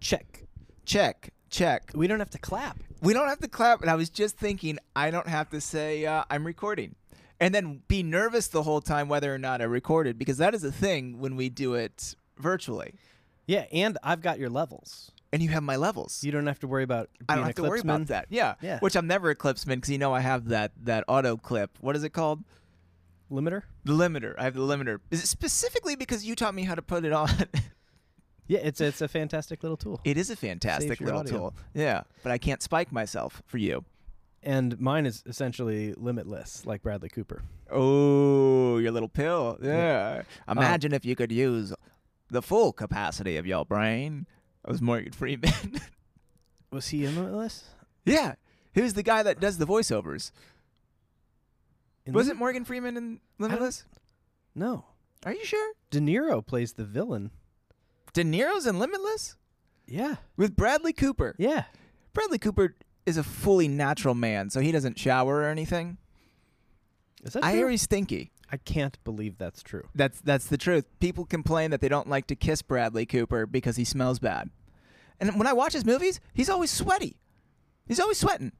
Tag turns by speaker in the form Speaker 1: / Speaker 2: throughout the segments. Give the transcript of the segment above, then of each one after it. Speaker 1: Check.
Speaker 2: Check, check.
Speaker 1: We don't have to clap.
Speaker 2: We don't have to clap. And I was just thinking, I don't have to say uh, I'm recording. And then be nervous the whole time whether or not I recorded, because that is a thing when we do it virtually.
Speaker 1: Yeah, and I've got your levels.
Speaker 2: And you have my levels.
Speaker 1: You don't have to worry about being
Speaker 2: I don't
Speaker 1: a
Speaker 2: have to worry about
Speaker 1: clipsman.
Speaker 2: that. Yeah.
Speaker 1: Yeah.
Speaker 2: Which I'm never a clipsman because you know I have that that auto clip. What is it called?
Speaker 1: Limiter?
Speaker 2: The limiter. I have the limiter. Is it specifically because you taught me how to put it on?
Speaker 1: Yeah, it's it's a fantastic little tool.
Speaker 2: it is a fantastic
Speaker 1: Saves your
Speaker 2: little
Speaker 1: audio.
Speaker 2: tool. Yeah. But I can't spike myself for you.
Speaker 1: And mine is essentially limitless, like Bradley Cooper.
Speaker 2: Oh, your little pill. Yeah. Uh, Imagine if you could use the full capacity of your brain. That was Morgan Freeman.
Speaker 1: Was he in limitless?
Speaker 2: yeah. He was the guy that does the voiceovers.
Speaker 1: In
Speaker 2: was it
Speaker 1: Lim-
Speaker 2: Morgan Freeman in Limitless?
Speaker 1: No.
Speaker 2: Are you sure?
Speaker 1: De Niro plays the villain.
Speaker 2: De Niro's in Limitless?
Speaker 1: Yeah.
Speaker 2: With Bradley Cooper.
Speaker 1: Yeah.
Speaker 2: Bradley Cooper is a fully natural man, so he doesn't shower or anything.
Speaker 1: Is that
Speaker 2: I
Speaker 1: true?
Speaker 2: hear he's stinky.
Speaker 1: I can't believe that's true.
Speaker 2: That's that's the truth. People complain that they don't like to kiss Bradley Cooper because he smells bad. And when I watch his movies, he's always sweaty. He's always sweating.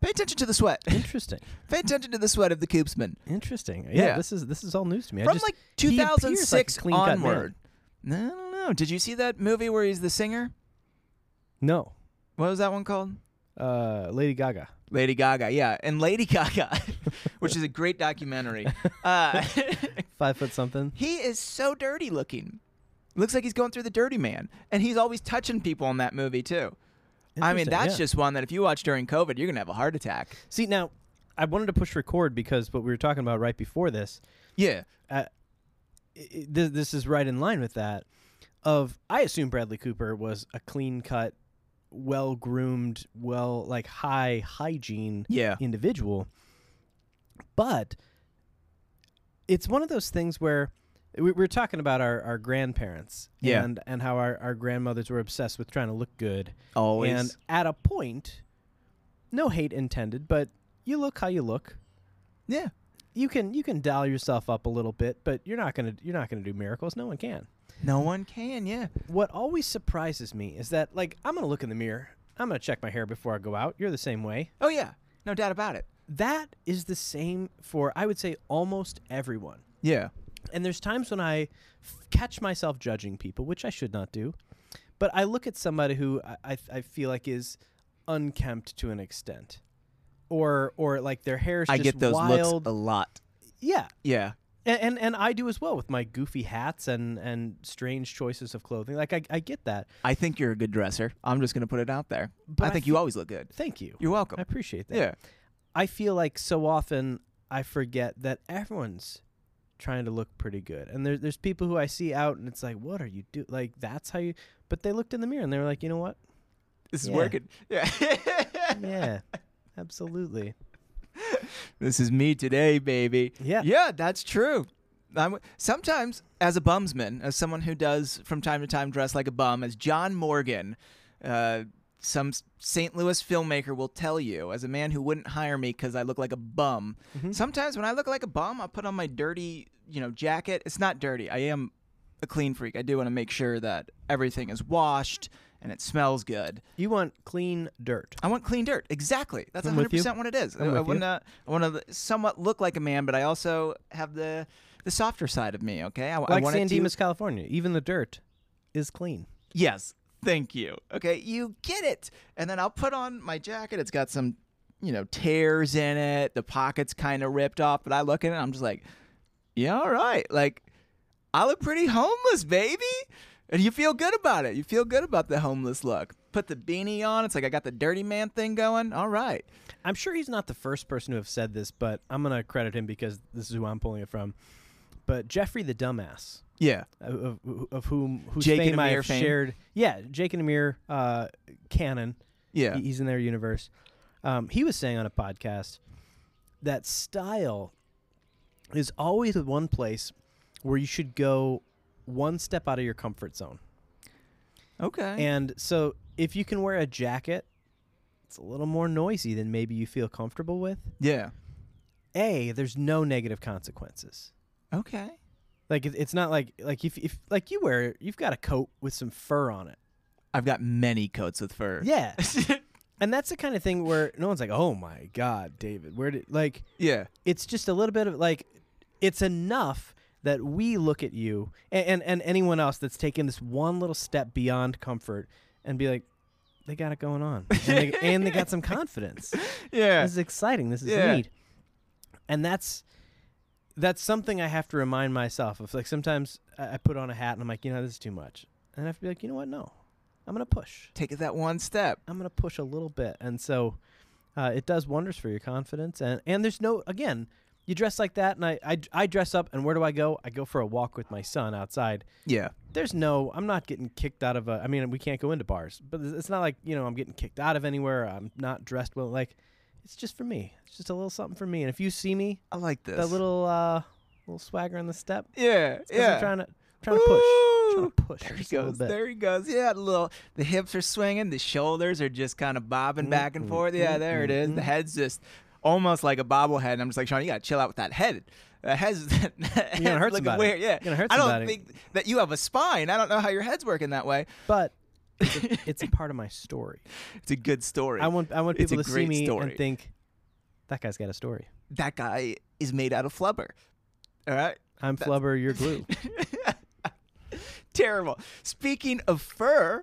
Speaker 2: Pay attention to the sweat.
Speaker 1: Interesting.
Speaker 2: Pay attention to the sweat of the Coopsman.
Speaker 1: Interesting. Yeah,
Speaker 2: Yeah.
Speaker 1: this is this is all news to me. I
Speaker 2: From
Speaker 1: just-
Speaker 2: like
Speaker 1: he appears like a
Speaker 2: 2006
Speaker 1: clean-cut man.
Speaker 2: onward. No, I don't know. Did you see that movie where he's the singer?
Speaker 1: No.
Speaker 2: What was that one called?
Speaker 1: Uh, Lady Gaga.
Speaker 2: Lady Gaga. Yeah, and Lady Gaga, which is a great documentary. Uh,
Speaker 1: Five foot something.
Speaker 2: He is so dirty looking. Looks like he's going through the dirty man. And he's always touching people in that movie, too. I mean,
Speaker 1: Interesting,
Speaker 2: that's
Speaker 1: yeah.
Speaker 2: just one that if you watch during COVID, you're going to have a heart attack.
Speaker 1: See now, I wanted to push record because what we were talking about right before this,
Speaker 2: Yeah.
Speaker 1: uh, i- i- this, this is right in line with that. Of I assume Bradley Cooper was a clean cut, well groomed, well like high hygiene
Speaker 2: Yeah.
Speaker 1: individual, but it's one of those things where we, we we're talking about our, our grandparents
Speaker 2: Yeah.
Speaker 1: and and how our, our grandmothers were obsessed with trying to look good
Speaker 2: Always.
Speaker 1: and at a point, no hate intended, but you look how you look.
Speaker 2: yeah.
Speaker 1: You can you can dial yourself up a little bit, but you're not gonna you're not gonna do miracles. No one can.
Speaker 2: No one can. Yeah.
Speaker 1: What always surprises me is that like I'm gonna look in the mirror. I'm gonna check my hair before I go out. You're the same way.
Speaker 2: Oh, yeah. No doubt about it.
Speaker 1: That is the same for I would say almost everyone.
Speaker 2: Yeah.
Speaker 1: And there's times when I f- catch myself judging people, which I should not do. But I look at somebody who I, I, I feel like is unkempt to an extent, or or like their hair's
Speaker 2: I
Speaker 1: just
Speaker 2: get those
Speaker 1: wild.
Speaker 2: looks a lot.
Speaker 1: yeah,
Speaker 2: Yeah.
Speaker 1: and, and and I do as well with my goofy hats and and strange choices of clothing. Like I, I get that.
Speaker 2: I think you're a good dresser. I'm just going to put it out there.
Speaker 1: But
Speaker 2: I
Speaker 1: I
Speaker 2: think you always look good.
Speaker 1: Thank you.
Speaker 2: You're
Speaker 1: I
Speaker 2: welcome.
Speaker 1: appreciate that.
Speaker 2: Yeah.
Speaker 1: I feel like so often I forget that everyone's trying to look pretty good. And there, there's people who I see out and it's like, what are you do? Like, that's how you. But they looked in the mirror and they were like, you know what?
Speaker 2: This is
Speaker 1: Yeah.
Speaker 2: working. Yeah.
Speaker 1: Yeah, absolutely.
Speaker 2: This is me today, baby.
Speaker 1: Yeah.
Speaker 2: Yeah, that's true. I'm, sometimes, as a bumsman, as someone who does from time to time dress like a bum, as John Morgan, uh, some s- St. Louis filmmaker will tell you, as a man who wouldn't hire me because I look like a bum, sometimes when I look like a bum, I put on my dirty, you know, jacket. It's not dirty. I am a clean freak. I do want to make sure that everything is washed and it smells good.
Speaker 1: You want clean dirt.
Speaker 2: I want clean dirt. Exactly. That's
Speaker 1: I'm
Speaker 2: 100
Speaker 1: with you.
Speaker 2: percent what it is. I,
Speaker 1: I'm with
Speaker 2: I
Speaker 1: you.
Speaker 2: want to. I want to somewhat look like a man, but I also have the the softer side of me. Okay. I, I
Speaker 1: Like
Speaker 2: want
Speaker 1: San
Speaker 2: it to.
Speaker 1: Dimas, California, even the dirt is clean.
Speaker 2: yes. Thank you. Okay. You get it. And then I'll put on my jacket. It's got some, you know, tears in it. The pocket's kind of ripped off. But I look at it. and I'm just like, yeah, all right. Like, I look pretty homeless, baby. And you feel good about it. You feel good about the homeless look. Put the beanie on. It's like I got the dirty man thing going. All right.
Speaker 1: I'm sure he's not the first person to have said this, but I'm going to credit him because this is who I'm pulling it from. But Jeffrey the Dumbass. uh,
Speaker 2: Yeah.
Speaker 1: of, of- of whom whose
Speaker 2: Jake and
Speaker 1: fame I
Speaker 2: Amir
Speaker 1: have
Speaker 2: fame.
Speaker 1: shared. Yeah, Jake and Amir uh, canon.
Speaker 2: Yeah.
Speaker 1: He- He's in their universe. Um, he was saying on a podcast that style is always the one place where you should go one step out of your comfort zone.
Speaker 2: Okay.
Speaker 1: And so if you can wear a jacket, it's a little more noisy than maybe you feel comfortable with.
Speaker 2: yeah.
Speaker 1: A, there's no negative consequences.
Speaker 2: Okay.
Speaker 1: Like it, it's not like like if if like you wear you've got a coat with some fur on it.
Speaker 2: I've got many coats with fur.
Speaker 1: Yeah. and that's the kind of thing where no one's like, "Oh my god, David, where did like
Speaker 2: yeah.
Speaker 1: it's just a little bit of like it's enough that we look at you and, and, and anyone else that's taken this one little step beyond comfort and be like they got it going on and they, and they got some confidence
Speaker 2: Yeah.
Speaker 1: this is exciting this is
Speaker 2: Yeah.
Speaker 1: neat and that's that's something i have to remind myself of like sometimes i I put on a hat and i'm like you know this is too much and i have to be like you know what no i'm gonna push
Speaker 2: Take it that one step.
Speaker 1: I'm gonna push a little bit, and so uh, it does wonders for your confidence. And and there's no again, you dress like that, and I, I I dress up, and where do I go? I go for a walk with my son outside.
Speaker 2: Yeah.
Speaker 1: There's no, I'm not getting kicked out of a. I mean, we can't go into bars, but it's it's not like you know I'm getting kicked out of anywhere. I'm not dressed well. Like it's just for me. It's just a little something for me. And if you see me,
Speaker 2: I like this.
Speaker 1: that little uh, little swagger on the step,
Speaker 2: Yeah.
Speaker 1: it's 'cause
Speaker 2: Yeah.
Speaker 1: I'm trying to trying to push, trying
Speaker 2: Ooh.
Speaker 1: to push.
Speaker 2: There he
Speaker 1: just a little
Speaker 2: goes.
Speaker 1: bit.
Speaker 2: There he goes. Yeah, the little. The hips are swinging. The shoulders are just kind of bobbing back and
Speaker 1: Mhm,
Speaker 2: forth. Yeah, there it is. The head's just almost like a bobblehead. And I'm just like, Sean, you gotta chill out with that head. That head's that head's
Speaker 1: hurt
Speaker 2: looking
Speaker 1: somebody.
Speaker 2: weird. Yeah,
Speaker 1: You're gonna hurt
Speaker 2: I don't
Speaker 1: somebody.
Speaker 2: think that you have a spine. I don't know how your head's working that way.
Speaker 1: But it's a, it's a part of my story.
Speaker 2: It's a good story.
Speaker 1: I want I want
Speaker 2: It's
Speaker 1: people
Speaker 2: a
Speaker 1: to see
Speaker 2: great
Speaker 1: me
Speaker 2: story.
Speaker 1: and think that guy's got a story.
Speaker 2: that guy is made out of flubber. All right.
Speaker 1: I'm flubber, you're glue.
Speaker 2: Terrible. Speaking of fur,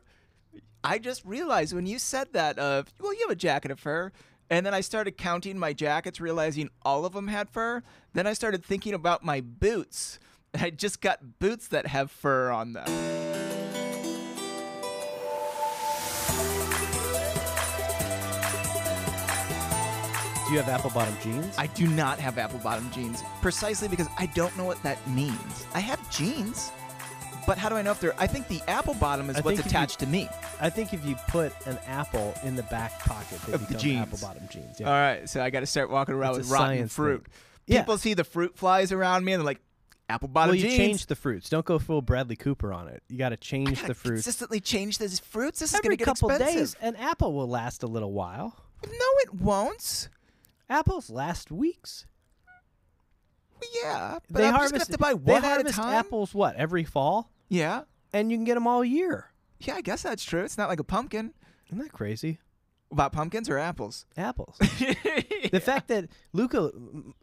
Speaker 2: I just realized when you said that of well, you have a jacket of fur, and then I started counting my jackets, realizing all of them had fur. Then I started thinking about my boots. and I just got boots that have fur on them.
Speaker 1: Do you have apple bottom jeans?
Speaker 2: I do not have apple bottom jeans, precisely because I don't know what that means. I have jeans, but how do I know if they're. I think the apple bottom is
Speaker 1: I
Speaker 2: what's
Speaker 1: think if you-
Speaker 2: attached to me.
Speaker 1: I think if you put an apple in the back pocket, they
Speaker 2: Of the
Speaker 1: become
Speaker 2: jeans. Uh,
Speaker 1: apple bottom jeans. Yeah.
Speaker 2: All right, so I got to start walking around
Speaker 1: It's
Speaker 2: with
Speaker 1: a
Speaker 2: rotten
Speaker 1: science thing.
Speaker 2: fruit.
Speaker 1: Yeah.
Speaker 2: People see the fruit flies around me and they're like, apple bottom
Speaker 1: well, you
Speaker 2: jeans.
Speaker 1: change the fruits. Don't go full Bradley Cooper on it. You got to
Speaker 2: I
Speaker 1: change
Speaker 2: gotta
Speaker 1: the fruits.
Speaker 2: Consistently change these fruits. This
Speaker 1: Every
Speaker 2: is going to get
Speaker 1: couple
Speaker 2: expensive.
Speaker 1: days, an apple will last a little while.
Speaker 2: No, it won't.
Speaker 1: Apples last weeks.
Speaker 2: Well, Yeah, but I'm just gonna have to
Speaker 1: they
Speaker 2: buy one at a
Speaker 1: harvest
Speaker 2: time.
Speaker 1: apples what every fall,
Speaker 2: Yeah,
Speaker 1: and you can get them all year.
Speaker 2: yeah, I guess that's true. It's not like a pumpkin.
Speaker 1: Isn't that crazy?
Speaker 2: About pumpkins or apples?
Speaker 1: Apples. The fact that Luca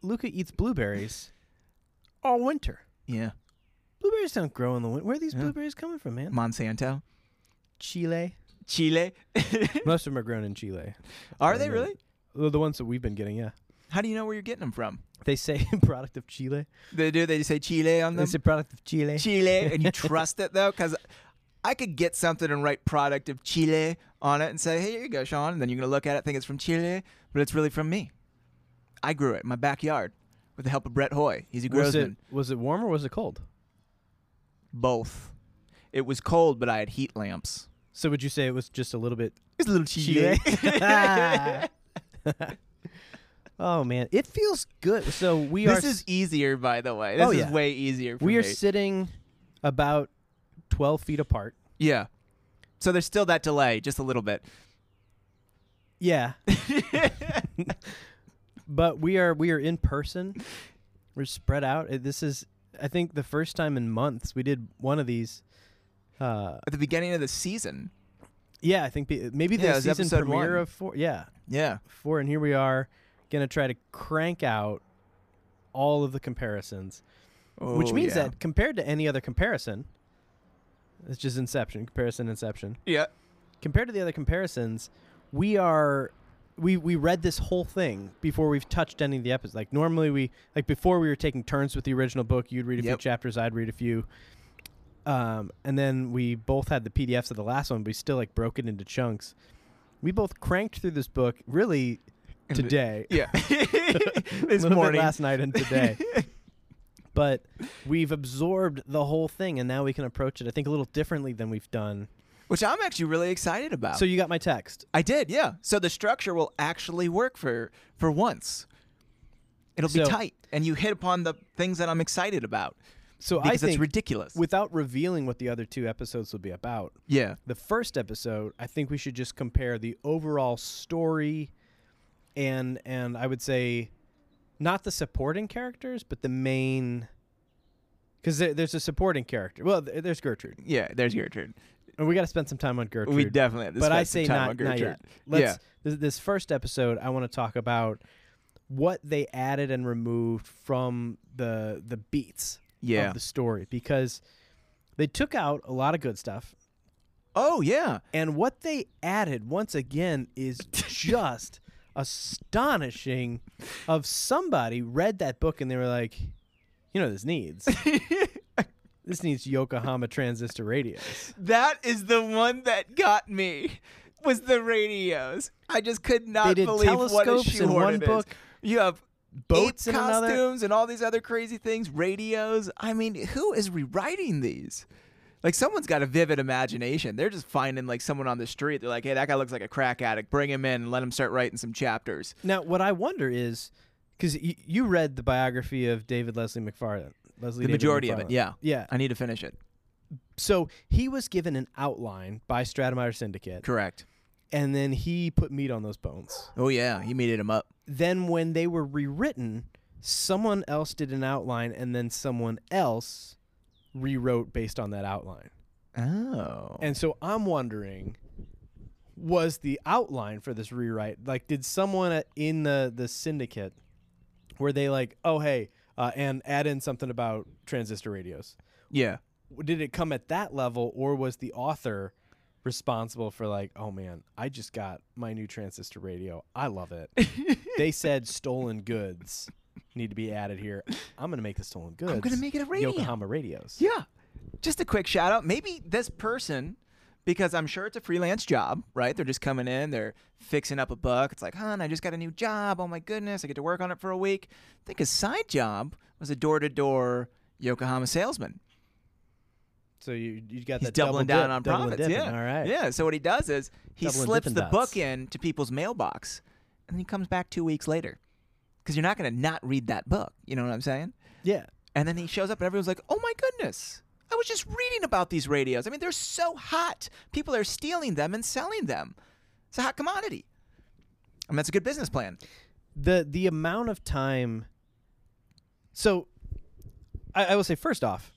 Speaker 1: Luca eats blueberries all winter.
Speaker 2: yeah,
Speaker 1: Blueberries don't grow in the winter. Where are these
Speaker 2: Yeah.
Speaker 1: blueberries coming from, man?
Speaker 2: Monsanto,
Speaker 1: Chile.
Speaker 2: Chile.
Speaker 1: Most of them are grown in Chile.
Speaker 2: Are they really?
Speaker 1: Well, the ones that we've been getting, yeah.
Speaker 2: How do you know where you're getting them from?
Speaker 1: They say product of Chile.
Speaker 2: They do. They just say Chile on
Speaker 1: They
Speaker 2: them.
Speaker 1: say product of Chile.
Speaker 2: Chile, and you trust it though, because I could get something and write product of Chile on it and say, "Hey, here you go, Sean," and then you're gonna look at it, think it's from Chile, but it's really from me. I grew it in my backyard with the help of Brett Hoy. He's a
Speaker 1: was it
Speaker 2: grossman.
Speaker 1: was it warm or was it cold?
Speaker 2: Both. It was cold, but I had heat lamps.
Speaker 1: So would you say it was just a little bit
Speaker 2: It's a little
Speaker 1: Chile?
Speaker 2: Chile.
Speaker 1: oh man, it feels good. So we
Speaker 2: this
Speaker 1: are
Speaker 2: is easier, by the way. This
Speaker 1: Oh,
Speaker 2: is
Speaker 1: yeah.
Speaker 2: way easier. For
Speaker 1: we are
Speaker 2: me.
Speaker 1: sitting about 12 feet apart.
Speaker 2: yeah. So there's still that delay, just a little bit.
Speaker 1: Yeah. but we are we are in person. We're spread out. Uh, This is I think the first time in months we did one of these. Uh,
Speaker 2: At the beginning of the season.
Speaker 1: yeah, I think be, maybe the
Speaker 2: Yeah, it was
Speaker 1: season
Speaker 2: episode
Speaker 1: premiere
Speaker 2: one.
Speaker 1: of four. Yeah,
Speaker 2: Yeah.
Speaker 1: four, and here we are, gonna try to crank out all of the comparisons, which
Speaker 2: Oh,
Speaker 1: means
Speaker 2: yeah.
Speaker 1: that compared to any other comparison, it's just Inception comparison, Inception.
Speaker 2: Yeah.
Speaker 1: compared to the other comparisons, we are we we read this whole thing before we've touched any of the episodes. Like normally we like before we were taking turns with the original book. You'd read a few
Speaker 2: Yep.
Speaker 1: chapters, I'd read a few. Um, and then we both had the PDFs of the last one, but we still like broke it into chunks. We both cranked through this book really
Speaker 2: And it-
Speaker 1: today,
Speaker 2: Yeah. this
Speaker 1: little bit
Speaker 2: morning.
Speaker 1: last night, and today. but we've absorbed the whole thing, and now we can approach it, I think, a little differently than we've done.
Speaker 2: Which I'm actually really excited about.
Speaker 1: So you got my text.
Speaker 2: I did, yeah. So the structure will actually work for for once. It'll be
Speaker 1: So-
Speaker 2: tight, and you hit upon the things that I'm excited about
Speaker 1: So I
Speaker 2: because
Speaker 1: think
Speaker 2: it's ridiculous.
Speaker 1: without revealing what the other two episodes will be about,
Speaker 2: yeah,
Speaker 1: the first episode, I think we should just compare the overall story and and I would say not the supporting characters, but the main because there, there's a supporting character. Well, th- there's Gertrude,
Speaker 2: Yeah, there's Gertrude.
Speaker 1: and we got to spend some time on Gertrude.
Speaker 2: We definitely have to
Speaker 1: but I
Speaker 2: spend some
Speaker 1: say
Speaker 2: time
Speaker 1: not,
Speaker 2: on
Speaker 1: not
Speaker 2: Gertrude.
Speaker 1: yet. Let's, This, this first episode, I want to talk about what they added and removed from the the beats
Speaker 2: yeah. Yeah.
Speaker 1: of the story because they took out a lot of good stuff,
Speaker 2: oh yeah.
Speaker 1: and what they added once again is just astonishing. Of somebody read that book and they were like, you know, this needs this needs Yokohama transistor radios.
Speaker 2: that is the one that got me. Was the radios? I just could not
Speaker 1: They did
Speaker 2: believe what a
Speaker 1: telescopes in
Speaker 2: shoehorn
Speaker 1: one
Speaker 2: it is.
Speaker 1: book,
Speaker 2: You have
Speaker 1: boats
Speaker 2: ape
Speaker 1: in
Speaker 2: costumes
Speaker 1: another.
Speaker 2: and all these other crazy things, radios. I mean, who is rewriting these? Like someone's got a vivid imagination. They're just finding like someone on the street. They're like, "Hey, that guy looks like a crack addict. Bring him in and let him start writing some chapters."
Speaker 1: Now, what I wonder is because y- you read the biography of David Leslie McFarlane. Leslie
Speaker 2: The
Speaker 1: David
Speaker 2: majority of it,
Speaker 1: McFarlane.
Speaker 2: yeah.
Speaker 1: Yeah.
Speaker 2: I need to finish it.
Speaker 1: So he was given an outline by Stratemeyer Syndicate,
Speaker 2: Correct.
Speaker 1: and then he put meat on those bones.
Speaker 2: Oh yeah, he meted him up.
Speaker 1: Then, when they were rewritten, someone else did an outline, and then someone else rewrote based on that outline.
Speaker 2: Oh.
Speaker 1: And so I'm wondering was the outline for this rewrite like did someone at- in the the syndicate were they like oh hey uh, and add in something about transistor radios
Speaker 2: yeah.
Speaker 1: did it come at that level or was the author responsible for like oh man i just got my new transistor radio i love it they said stolen goods need to be added here i'm gonna make the stolen goods
Speaker 2: I'm gonna make it a radio.
Speaker 1: yokohama radios
Speaker 2: Yeah. Just a quick shout out. Maybe this person, because I'm sure it's a freelance job, right? They're just coming in, they're fixing up a book. It's like, hon, I just got a new job. Oh my goodness. I get to work on it for a week. I think his side job was a door to door Yokohama salesman.
Speaker 1: so you, you got
Speaker 2: He's
Speaker 1: that
Speaker 2: doubling
Speaker 1: double
Speaker 2: down
Speaker 1: dip,
Speaker 2: on
Speaker 1: double
Speaker 2: profits.
Speaker 1: dipping.
Speaker 2: Yeah.
Speaker 1: all right
Speaker 2: Yeah. So what he does is he
Speaker 1: Doubling
Speaker 2: slips
Speaker 1: dipping
Speaker 2: the
Speaker 1: dots.
Speaker 2: book in to people's mailbox and then he comes back two weeks later. Because you're not going to not read that book. You know what I'm saying?
Speaker 1: yeah
Speaker 2: And then he shows up, and everyone's like, "Oh my goodness! I was just reading about these radios. I mean, they're so hot. People are stealing them and selling them. It's a hot commodity. I mean, that's a good business plan.
Speaker 1: the the amount of time so I, I will say first off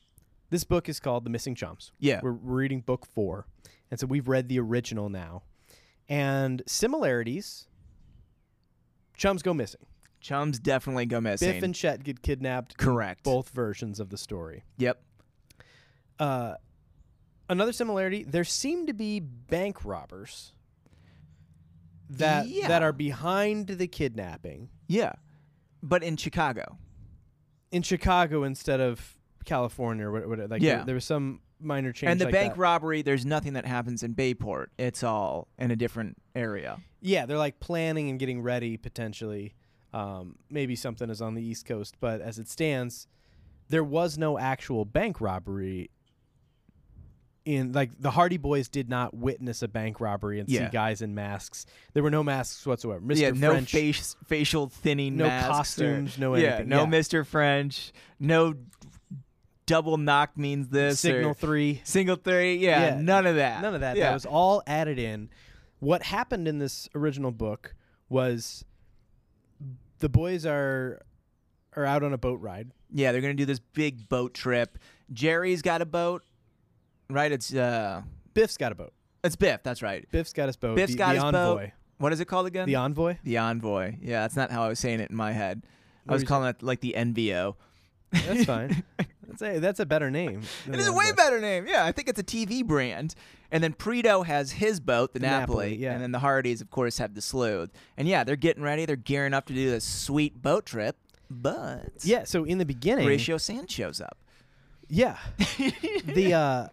Speaker 1: this book is called the missing chumps
Speaker 2: Yeah.
Speaker 1: we're, we're reading book four and so we've read the original now and similarities chums go missing
Speaker 2: Chums definitely go missing.
Speaker 1: biff and chet get kidnapped in
Speaker 2: Correct.
Speaker 1: both versions of the story
Speaker 2: Yep.
Speaker 1: uh, another similarity there seem to be bank robbers that
Speaker 2: Yeah.
Speaker 1: that are behind the kidnapping
Speaker 2: Yeah. But in Chicago,
Speaker 1: in Chicago instead of California or what, what like
Speaker 2: Yeah.
Speaker 1: there, there was some minor change
Speaker 2: and the
Speaker 1: like
Speaker 2: bank
Speaker 1: that.
Speaker 2: robbery, there's nothing that happens in Bayport. It's all in a different area.
Speaker 1: yeah they're like planning and getting ready potentially um, maybe something is on the east coast but as it stands there was no actual bank robbery in like the Hardy Boys did not witness a bank robbery and
Speaker 2: Yeah.
Speaker 1: see guys in masks there were no masks whatsoever Mr.
Speaker 2: yeah. No
Speaker 1: French
Speaker 2: face, facial thinning.
Speaker 1: no
Speaker 2: masks or-
Speaker 1: costumes no
Speaker 2: yeah.
Speaker 1: anything
Speaker 2: No Mr. French. No double knock means this. or-
Speaker 1: signal 3
Speaker 2: Single three, yeah,
Speaker 1: Yeah,
Speaker 2: none of that.
Speaker 1: None of that.
Speaker 2: Yeah.
Speaker 1: That was all added in. What happened in this original book was the boys are are out on a boat ride.
Speaker 2: yeah, they're gonna do this big boat trip. Jerry's got a boat, right? It's uh,
Speaker 1: Biff's got a boat.
Speaker 2: it's Biff. That's right.
Speaker 1: Biff's got his boat.
Speaker 2: Biff's
Speaker 1: the,
Speaker 2: got
Speaker 1: the
Speaker 2: his boat.
Speaker 1: envoy.
Speaker 2: What is it called again?
Speaker 1: The envoy.
Speaker 2: The envoy. Yeah, that's not how I was saying it in my head. I
Speaker 1: What
Speaker 2: was
Speaker 1: were you
Speaker 2: calling it like the NVO.
Speaker 1: That's fine. that's a that's a better name. than
Speaker 2: It
Speaker 1: the
Speaker 2: is a way
Speaker 1: envoy.
Speaker 2: better name. Yeah, I think it's a TV brand. And then Preto has his boat, the,
Speaker 1: The
Speaker 2: Napoli,
Speaker 1: Napoli, yeah.
Speaker 2: and then the Hardys, of course, have the Sleuth. And yeah, they're getting ready. They're gearing up to do this sweet boat trip. But
Speaker 1: Yeah. So in the beginning,
Speaker 2: Horatio Sand shows up.
Speaker 1: yeah, the uh,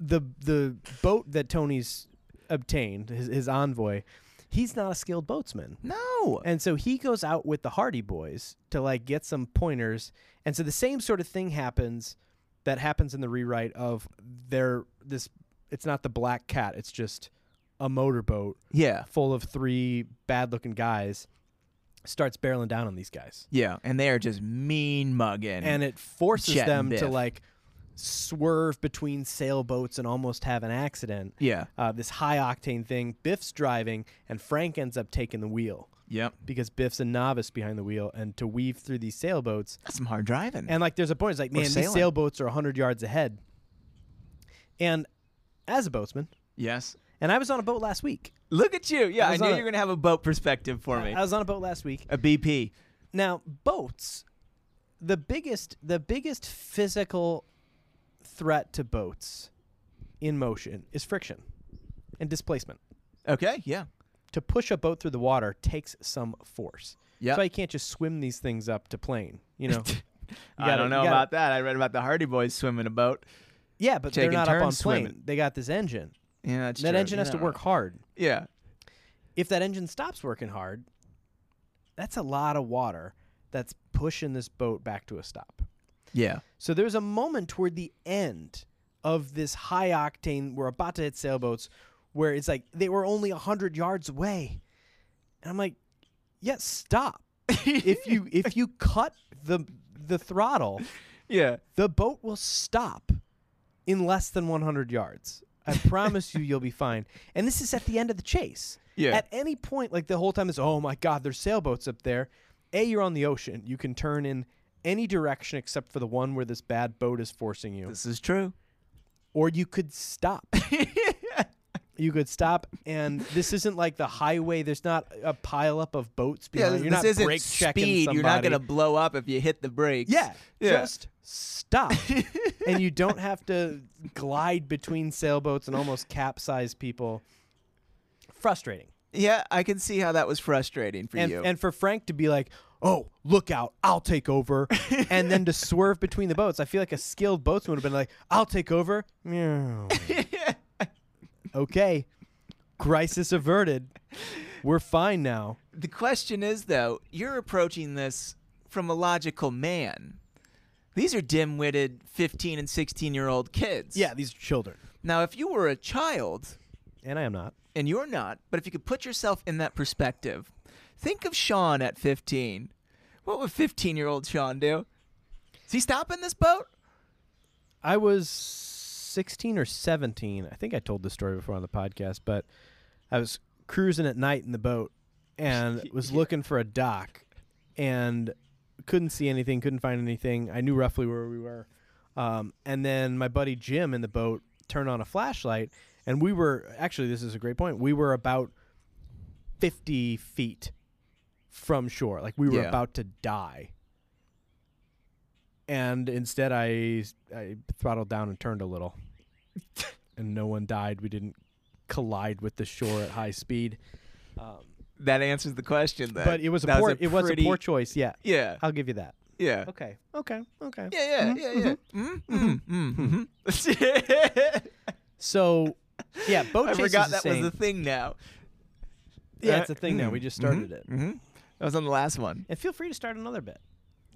Speaker 1: the the boat that Tony's obtained, his, his envoy, he's not a skilled boatsman.
Speaker 2: No.
Speaker 1: And so he goes out with the Hardy Boys to like get some pointers. And so the same sort of thing happens that happens in the rewrite of their this it's not the black cat, it's just a motorboat
Speaker 2: Yeah.
Speaker 1: full of three bad-looking guys starts barreling down on these guys.
Speaker 2: Yeah, and they are just mean mugging.
Speaker 1: And it forces
Speaker 2: Chet and
Speaker 1: them to
Speaker 2: Biff.
Speaker 1: like swerve between sailboats and almost have an accident.
Speaker 2: yeah,
Speaker 1: Uh, this high octane thing. Biff's driving, and Frank ends up taking the wheel.
Speaker 2: Yep.
Speaker 1: because Biff's a novice behind the wheel, and to weave through these sailboats
Speaker 2: That's some hard driving.
Speaker 1: and like, there's a point. It's like,
Speaker 2: Or
Speaker 1: man, these
Speaker 2: sailing.
Speaker 1: sailboats are 100 yards ahead. And as a boatsman,
Speaker 2: yes.
Speaker 1: and I was on a boat last week.
Speaker 2: Look at you. Yeah,
Speaker 1: I
Speaker 2: I,
Speaker 1: was
Speaker 2: knew
Speaker 1: on
Speaker 2: you
Speaker 1: a-
Speaker 2: were going to have a boat perspective for me.
Speaker 1: I was on a boat last week.
Speaker 2: a BP.
Speaker 1: Now, boats, the biggest, the biggest physical threat to boats in motion is friction and displacement.
Speaker 2: Okay, yeah.
Speaker 1: To push a boat through the water takes some force.
Speaker 2: Yep.
Speaker 1: So you can't just swim these things up to plane. You know,
Speaker 2: I
Speaker 1: gotta-
Speaker 2: don't
Speaker 1: you
Speaker 2: know
Speaker 1: gotta-
Speaker 2: about that. I read about the Hardy Boys swimming a boat.
Speaker 1: yeah, but
Speaker 2: Taking
Speaker 1: they're not up on plane.
Speaker 2: turns swimming.
Speaker 1: They got this engine.
Speaker 2: Yeah, that's
Speaker 1: that
Speaker 2: true.
Speaker 1: engine has
Speaker 2: Yeah,
Speaker 1: to
Speaker 2: I don't
Speaker 1: work hard.
Speaker 2: know. Yeah.
Speaker 1: if that engine stops working hard, that's a lot of water that's pushing this boat back to a stop.
Speaker 2: Yeah.
Speaker 1: So there's a moment toward the end of this high octane, we're about to hit sailboats, where it's like they were only 100 yards away. And I'm like, yeah, stop. if you if you cut the the throttle,
Speaker 2: Yeah.
Speaker 1: the boat will stop in less than 100 yards. I promise you, you'll be fine. And this is at the end of the chase.
Speaker 2: Yeah.
Speaker 1: At any point, like the whole time is, oh my God, there's sailboats up there. A, you're on the ocean. You can turn in any direction except for the one where this bad boat is forcing you.
Speaker 2: This is true.
Speaker 1: Or you could stop. you could stop. And this isn't like the highway. There's not a pileup of boats behind. you're
Speaker 2: this
Speaker 1: not
Speaker 2: isn't
Speaker 1: brake checking
Speaker 2: speed. You're not
Speaker 1: somebody.
Speaker 2: going to blow up if you hit the brakes.
Speaker 1: Yeah,
Speaker 2: Yeah.
Speaker 1: just stop. and you don't have to glide between sailboats and almost capsize people. Frustrating.
Speaker 2: Yeah, I can see how that was frustrating for
Speaker 1: And
Speaker 2: you.
Speaker 1: and for Frank to be like, "Oh, look out, I'll take over." and then to swerve between the boats. I feel like a skilled boatsman would have been like, "I'll take over." Meow. okay. Crisis averted. We're fine now.
Speaker 2: the question is, though, you're approaching this from a logical man. These are dim witted 15 and 16 year old kids.
Speaker 1: Yeah, these are children.
Speaker 2: Now, if you were a child,
Speaker 1: And I am not.
Speaker 2: and you're not, but if you could put yourself in that perspective, think of Sean at 15. What would 15 year old Sean do? Is he stopping this boat?
Speaker 1: I was 16 or 17. I think I told this story before on the podcast, but I was cruising at night in the boat and was looking for a dock and couldn't see anything, couldn't find anything. I knew roughly where we were. Um, and then my buddy Jim in the boat turned on a flashlight, and we were actually, this is a great point. We were about 50 feet from shore. Like we were
Speaker 2: Yeah.
Speaker 1: about to die. And instead, I, I throttled down and turned a little. and no one died. We didn't collide with the shore at high speed. Um,
Speaker 2: That answers the question, though.
Speaker 1: but it was a
Speaker 2: That
Speaker 1: poor, it was a Uh-huh.
Speaker 2: pretty-
Speaker 1: poor choice. Yeah,
Speaker 2: Yeah,
Speaker 1: I'll give you that.
Speaker 2: yeah.
Speaker 1: Okay, okay, okay.
Speaker 2: Yeah, yeah, yeah, yeah. Mm-hmm. Mm-hmm.
Speaker 1: So, yeah, boat
Speaker 2: I
Speaker 1: chases
Speaker 2: forgot
Speaker 1: is
Speaker 2: that
Speaker 1: saying-
Speaker 2: was the thing now.
Speaker 1: yeah, it's a thing now. We just started it,
Speaker 2: Mm-hmm. That was on the last one.
Speaker 1: and feel free to start another bit.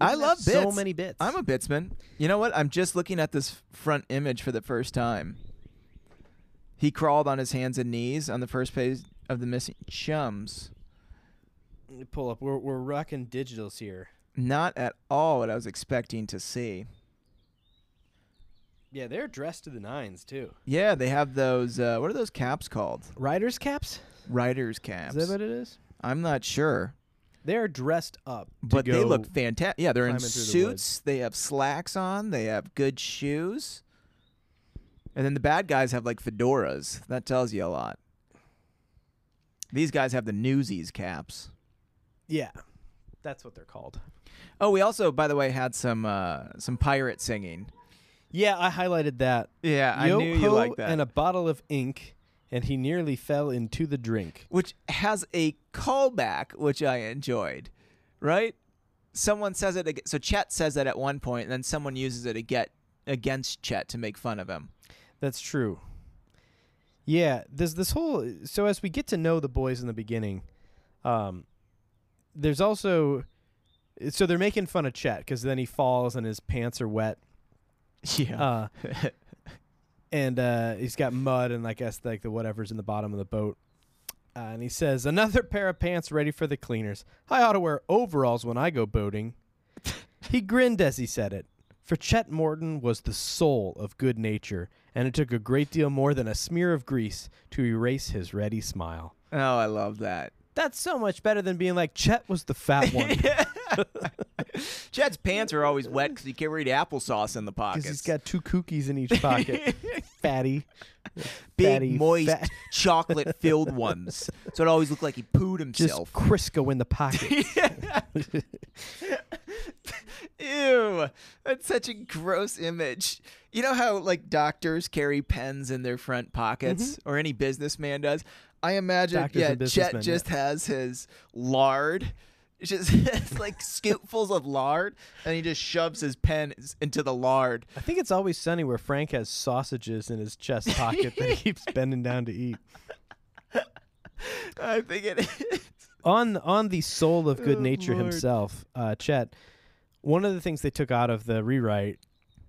Speaker 2: I
Speaker 1: We're gonna
Speaker 2: love
Speaker 1: have so
Speaker 2: bits.
Speaker 1: many bits.
Speaker 2: I'm a bitsman. You know what? I'm just looking at this front image for the first time. He crawled on his hands and knees on the first page of the missing chums.
Speaker 1: pull up. We're we're rocking digitals here.
Speaker 2: Not at all what I was expecting to see.
Speaker 1: Yeah, they're dressed to the nines too.
Speaker 2: Yeah, they have those. Uh, what are those caps called?
Speaker 1: Riders caps?
Speaker 2: Riders caps.
Speaker 1: Is that what it is?
Speaker 2: I'm not sure,
Speaker 1: They're dressed up, to
Speaker 2: but they
Speaker 1: go-
Speaker 2: look fantastic. Yeah, they're in
Speaker 1: climbing through the woods.
Speaker 2: suits. they have slacks on. They have good shoes. And then the bad guys have like fedoras. That tells you a lot. These guys have the newsies caps.
Speaker 1: Yeah, that's what they're called.
Speaker 2: Oh, we also, by the way, had some uh, some pirate singing.
Speaker 1: Yeah, I highlighted that.
Speaker 2: Yeah, I knew you
Speaker 1: Yoho
Speaker 2: liked that.
Speaker 1: And a bottle of ink, and he nearly fell into the drink.
Speaker 2: which has a callback, which I enjoyed, right? Someone says it, ag- so Chet says that at one point, and then someone uses it again against Chet to make fun of him.
Speaker 1: That's true. Yeah, there's this whole. So as we get to know the boys in the beginning, um, there's also. So they're making fun of Chet because then he falls and his pants are wet.
Speaker 2: Yeah.
Speaker 1: Uh, and uh, he's got mud and I guess like the whatever's in the bottom of the boat. Uh, and he says, "Another pair of pants ready for the cleaners. I ought to wear overalls when I go boating." he grinned as he said it, for Chet Morton was the soul of good nature, and it took a great deal more than a smear of grease to erase his ready smile.
Speaker 2: oh, I love that.
Speaker 1: That's so much better than being like Chet was the fat one
Speaker 2: Chad's pants are always wet because he carried applesauce in the
Speaker 1: because
Speaker 2: pockets.
Speaker 1: he's got two cookies in each pocket. Fatty,
Speaker 2: big,
Speaker 1: fatty,
Speaker 2: moist,
Speaker 1: fat-
Speaker 2: chocolate-filled ones. So it always looked like he pooed
Speaker 1: just
Speaker 2: himself.
Speaker 1: Crisco in the pocket.
Speaker 2: Ew, that's such a gross image. You know how like doctors carry pens in their front pockets, or any businessman does. I imagine,
Speaker 1: Mm-hmm. Doctors
Speaker 2: yeah,
Speaker 1: and
Speaker 2: Chet
Speaker 1: businessmen,
Speaker 2: just has his lard. It's Just it's like scoopfuls of lard, and he just shoves his pen into the lard.
Speaker 1: I think it's always sunny where Frank has sausages in his chest pocket that he keeps bending down to eat.
Speaker 2: I think it is.
Speaker 1: on on the soul of good nature
Speaker 2: Lord.
Speaker 1: himself, uh, Chet. One of the things they took out of the rewrite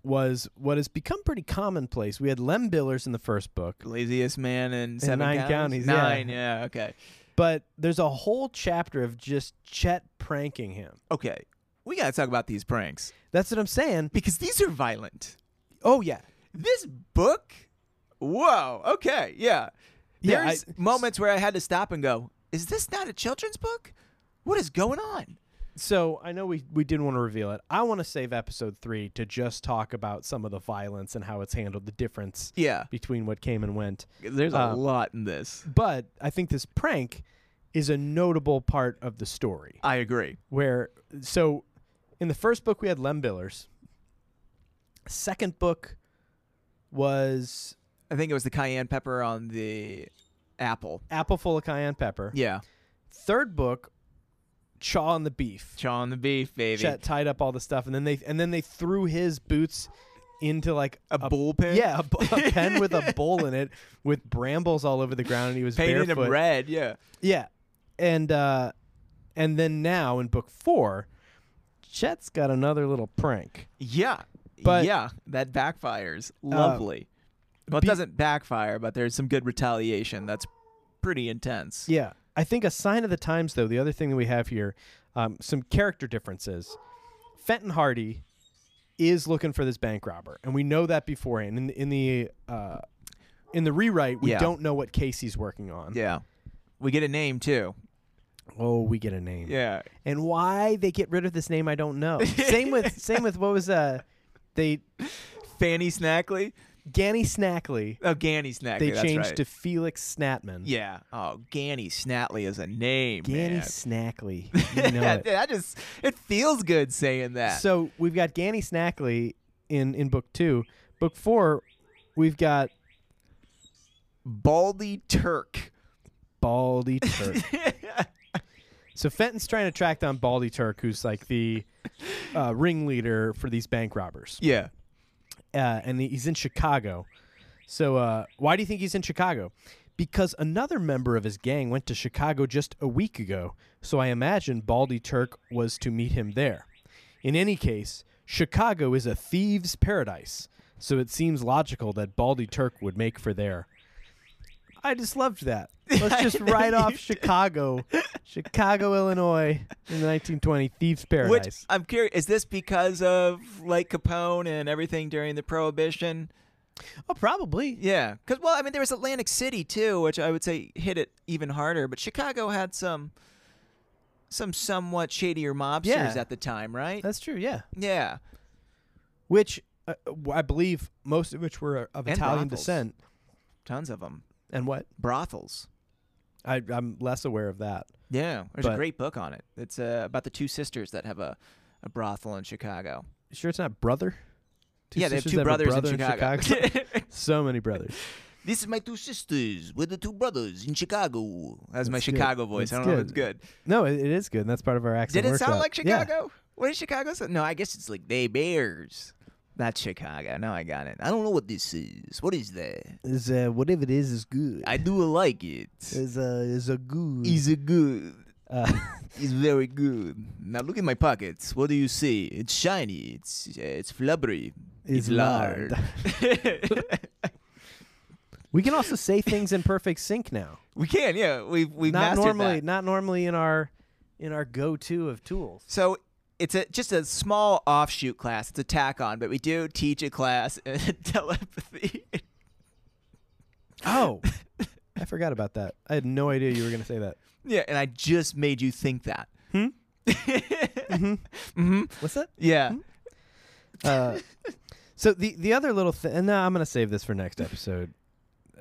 Speaker 1: was what has become pretty commonplace. We had Lem Billers in the first book,
Speaker 2: Laziest man in seven
Speaker 1: nine
Speaker 2: counties.
Speaker 1: counties, yeah.
Speaker 2: Nine, yeah, okay,
Speaker 1: but there's a whole chapter of just Chet pranking him.
Speaker 2: okay. We gotta talk about these pranks
Speaker 1: That's what I'm saying.
Speaker 2: because these are violent.
Speaker 1: Oh yeah,
Speaker 2: this book whoa okay yeah
Speaker 1: Yeah,
Speaker 2: there's
Speaker 1: I-
Speaker 2: moments where i had to stop and go is this not a children's book what is going on
Speaker 1: So I know we, we didn't want to reveal it. I want to save episode three to just talk about some of the violence and how it's handled, the difference
Speaker 2: yeah
Speaker 1: between what came and went.
Speaker 2: there's a
Speaker 1: Um,
Speaker 2: lot in this
Speaker 1: But I think this prank is a notable part of the story.
Speaker 2: i agree
Speaker 1: Where so in the first book we had Lem Billers. Second book was
Speaker 2: i think it was the cayenne pepper on the apple
Speaker 1: Apple Full of Cayenne Pepper.
Speaker 2: yeah
Speaker 1: Third book, Chaw and the Beef.
Speaker 2: chaw on the beef baby
Speaker 1: Chet tied up all the stuff, and then they and then they threw his boots into like
Speaker 2: a, bullpen
Speaker 1: yeah a, bu- a pen with a bowl in it with brambles all over the ground, and he was
Speaker 2: painted
Speaker 1: barefoot.
Speaker 2: him red yeah
Speaker 1: Yeah, and uh, and then now in book four, Chet's got another little prank.
Speaker 2: yeah
Speaker 1: But- Uh,
Speaker 2: yeah that backfires lovely well it
Speaker 1: be-
Speaker 2: doesn't backfire but there's some good retaliation that's pretty intense
Speaker 1: Yeah, I think a sign of the times though. The other thing that we have here, um, some character differences. Fenton Hardy is looking for this bank robber, and we know that beforehand. In the, in the uh, in the rewrite, we
Speaker 2: Yeah.
Speaker 1: don't know what case he's working on.
Speaker 2: yeah we get a name too
Speaker 1: Oh, we get a name.
Speaker 2: Yeah.
Speaker 1: And why they get rid of this name, I don't know. same with same with what was uh, they
Speaker 2: Fanny Snackley?
Speaker 1: Ganny Snackley.
Speaker 2: Oh, Ganny Snackley.
Speaker 1: They
Speaker 2: that's
Speaker 1: changed
Speaker 2: right.
Speaker 1: to Felix Snatman.
Speaker 2: Yeah. Oh, Ganny Snatley is a name.
Speaker 1: Ganny
Speaker 2: man.
Speaker 1: Snackley. You know
Speaker 2: that,
Speaker 1: it.
Speaker 2: that just it feels good saying that.
Speaker 1: So we've got Ganny Snackley in in book two. Book four, we've got
Speaker 2: Baldy Turk.
Speaker 1: Baldy Turk. so Fenton's trying to track down Baldy Turk, who's like the uh, ringleader for these bank robbers,
Speaker 2: yeah.
Speaker 1: uh, and he's in Chicago. So uh, why do you think he's in Chicago? Because another member of his gang went to Chicago just a week ago. So I imagine Baldy Turk was to meet him there. In any case, Chicago is a thieves' paradise, so it seems logical that Baldy Turk would make for there. I just loved that. Let's just write off Chicago, Chicago, Illinois, in the 1920 thieves'
Speaker 2: Which
Speaker 1: paradise.
Speaker 2: I'm curious, is this because of like Capone and everything during the Prohibition?
Speaker 1: oh, probably.
Speaker 2: Yeah, because well, I mean, there was Atlantic City too, which I would say hit it even harder. But Chicago had some, some somewhat shadier mobsters
Speaker 1: Yeah.
Speaker 2: at the time, right?
Speaker 1: That's true. Yeah.
Speaker 2: yeah,
Speaker 1: Which uh, I believe most of which were of
Speaker 2: And
Speaker 1: Italian
Speaker 2: brothels.
Speaker 1: descent.
Speaker 2: tons of them.
Speaker 1: And what?
Speaker 2: Brothels.
Speaker 1: I, I'm less aware of that.
Speaker 2: Yeah, there's a
Speaker 1: But-
Speaker 2: great book on it. It's uh, about the two sisters that have a, a brothel in Chicago.
Speaker 1: You sure it's not brother? Two
Speaker 2: yeah, they have
Speaker 1: sisters
Speaker 2: two
Speaker 1: that a
Speaker 2: brothers
Speaker 1: brother
Speaker 2: in Chicago.
Speaker 1: so many brothers.
Speaker 2: this is my two sisters. We're the two brothers in Chicago. That's my
Speaker 1: That's good.
Speaker 2: Chicago voice. I
Speaker 1: That's
Speaker 2: don't know if it's
Speaker 1: good.
Speaker 2: good.
Speaker 1: No, it, it is good. And that's part of our accent.
Speaker 2: Did it sound
Speaker 1: workshop.
Speaker 2: like
Speaker 1: Yeah.
Speaker 2: Chicago? What is Chicago? sound- No, I guess it's like they bears. That's Chicago. Now I got it. I don't know what this is. What is that?
Speaker 1: Is uh, whatever it is is good.
Speaker 2: I do like it.
Speaker 1: is uh, is a good.
Speaker 2: Is it good?
Speaker 1: Uh,
Speaker 2: It's very good. Now look at my pockets. What do you see? It's shiny. It's uh, it's flubbery.
Speaker 1: It's lard. we can also say things in perfect sync now.
Speaker 2: we can, yeah. We've we've
Speaker 1: not
Speaker 2: mastered
Speaker 1: normally,
Speaker 2: that.
Speaker 1: not normally in our in our go-to of tools.
Speaker 2: So it's a just a small offshoot class. It's a tack on, but we do teach a class in telepathy.
Speaker 1: Oh, I I forgot about that. I had no idea you were going to say that.
Speaker 2: Yeah, and I just made you think that.
Speaker 1: Hmm?
Speaker 2: mm-hmm.
Speaker 1: Mhm. What's that?
Speaker 2: Yeah.
Speaker 1: Uh, so the the other little thing, and no, I'm gonna save this for next episode.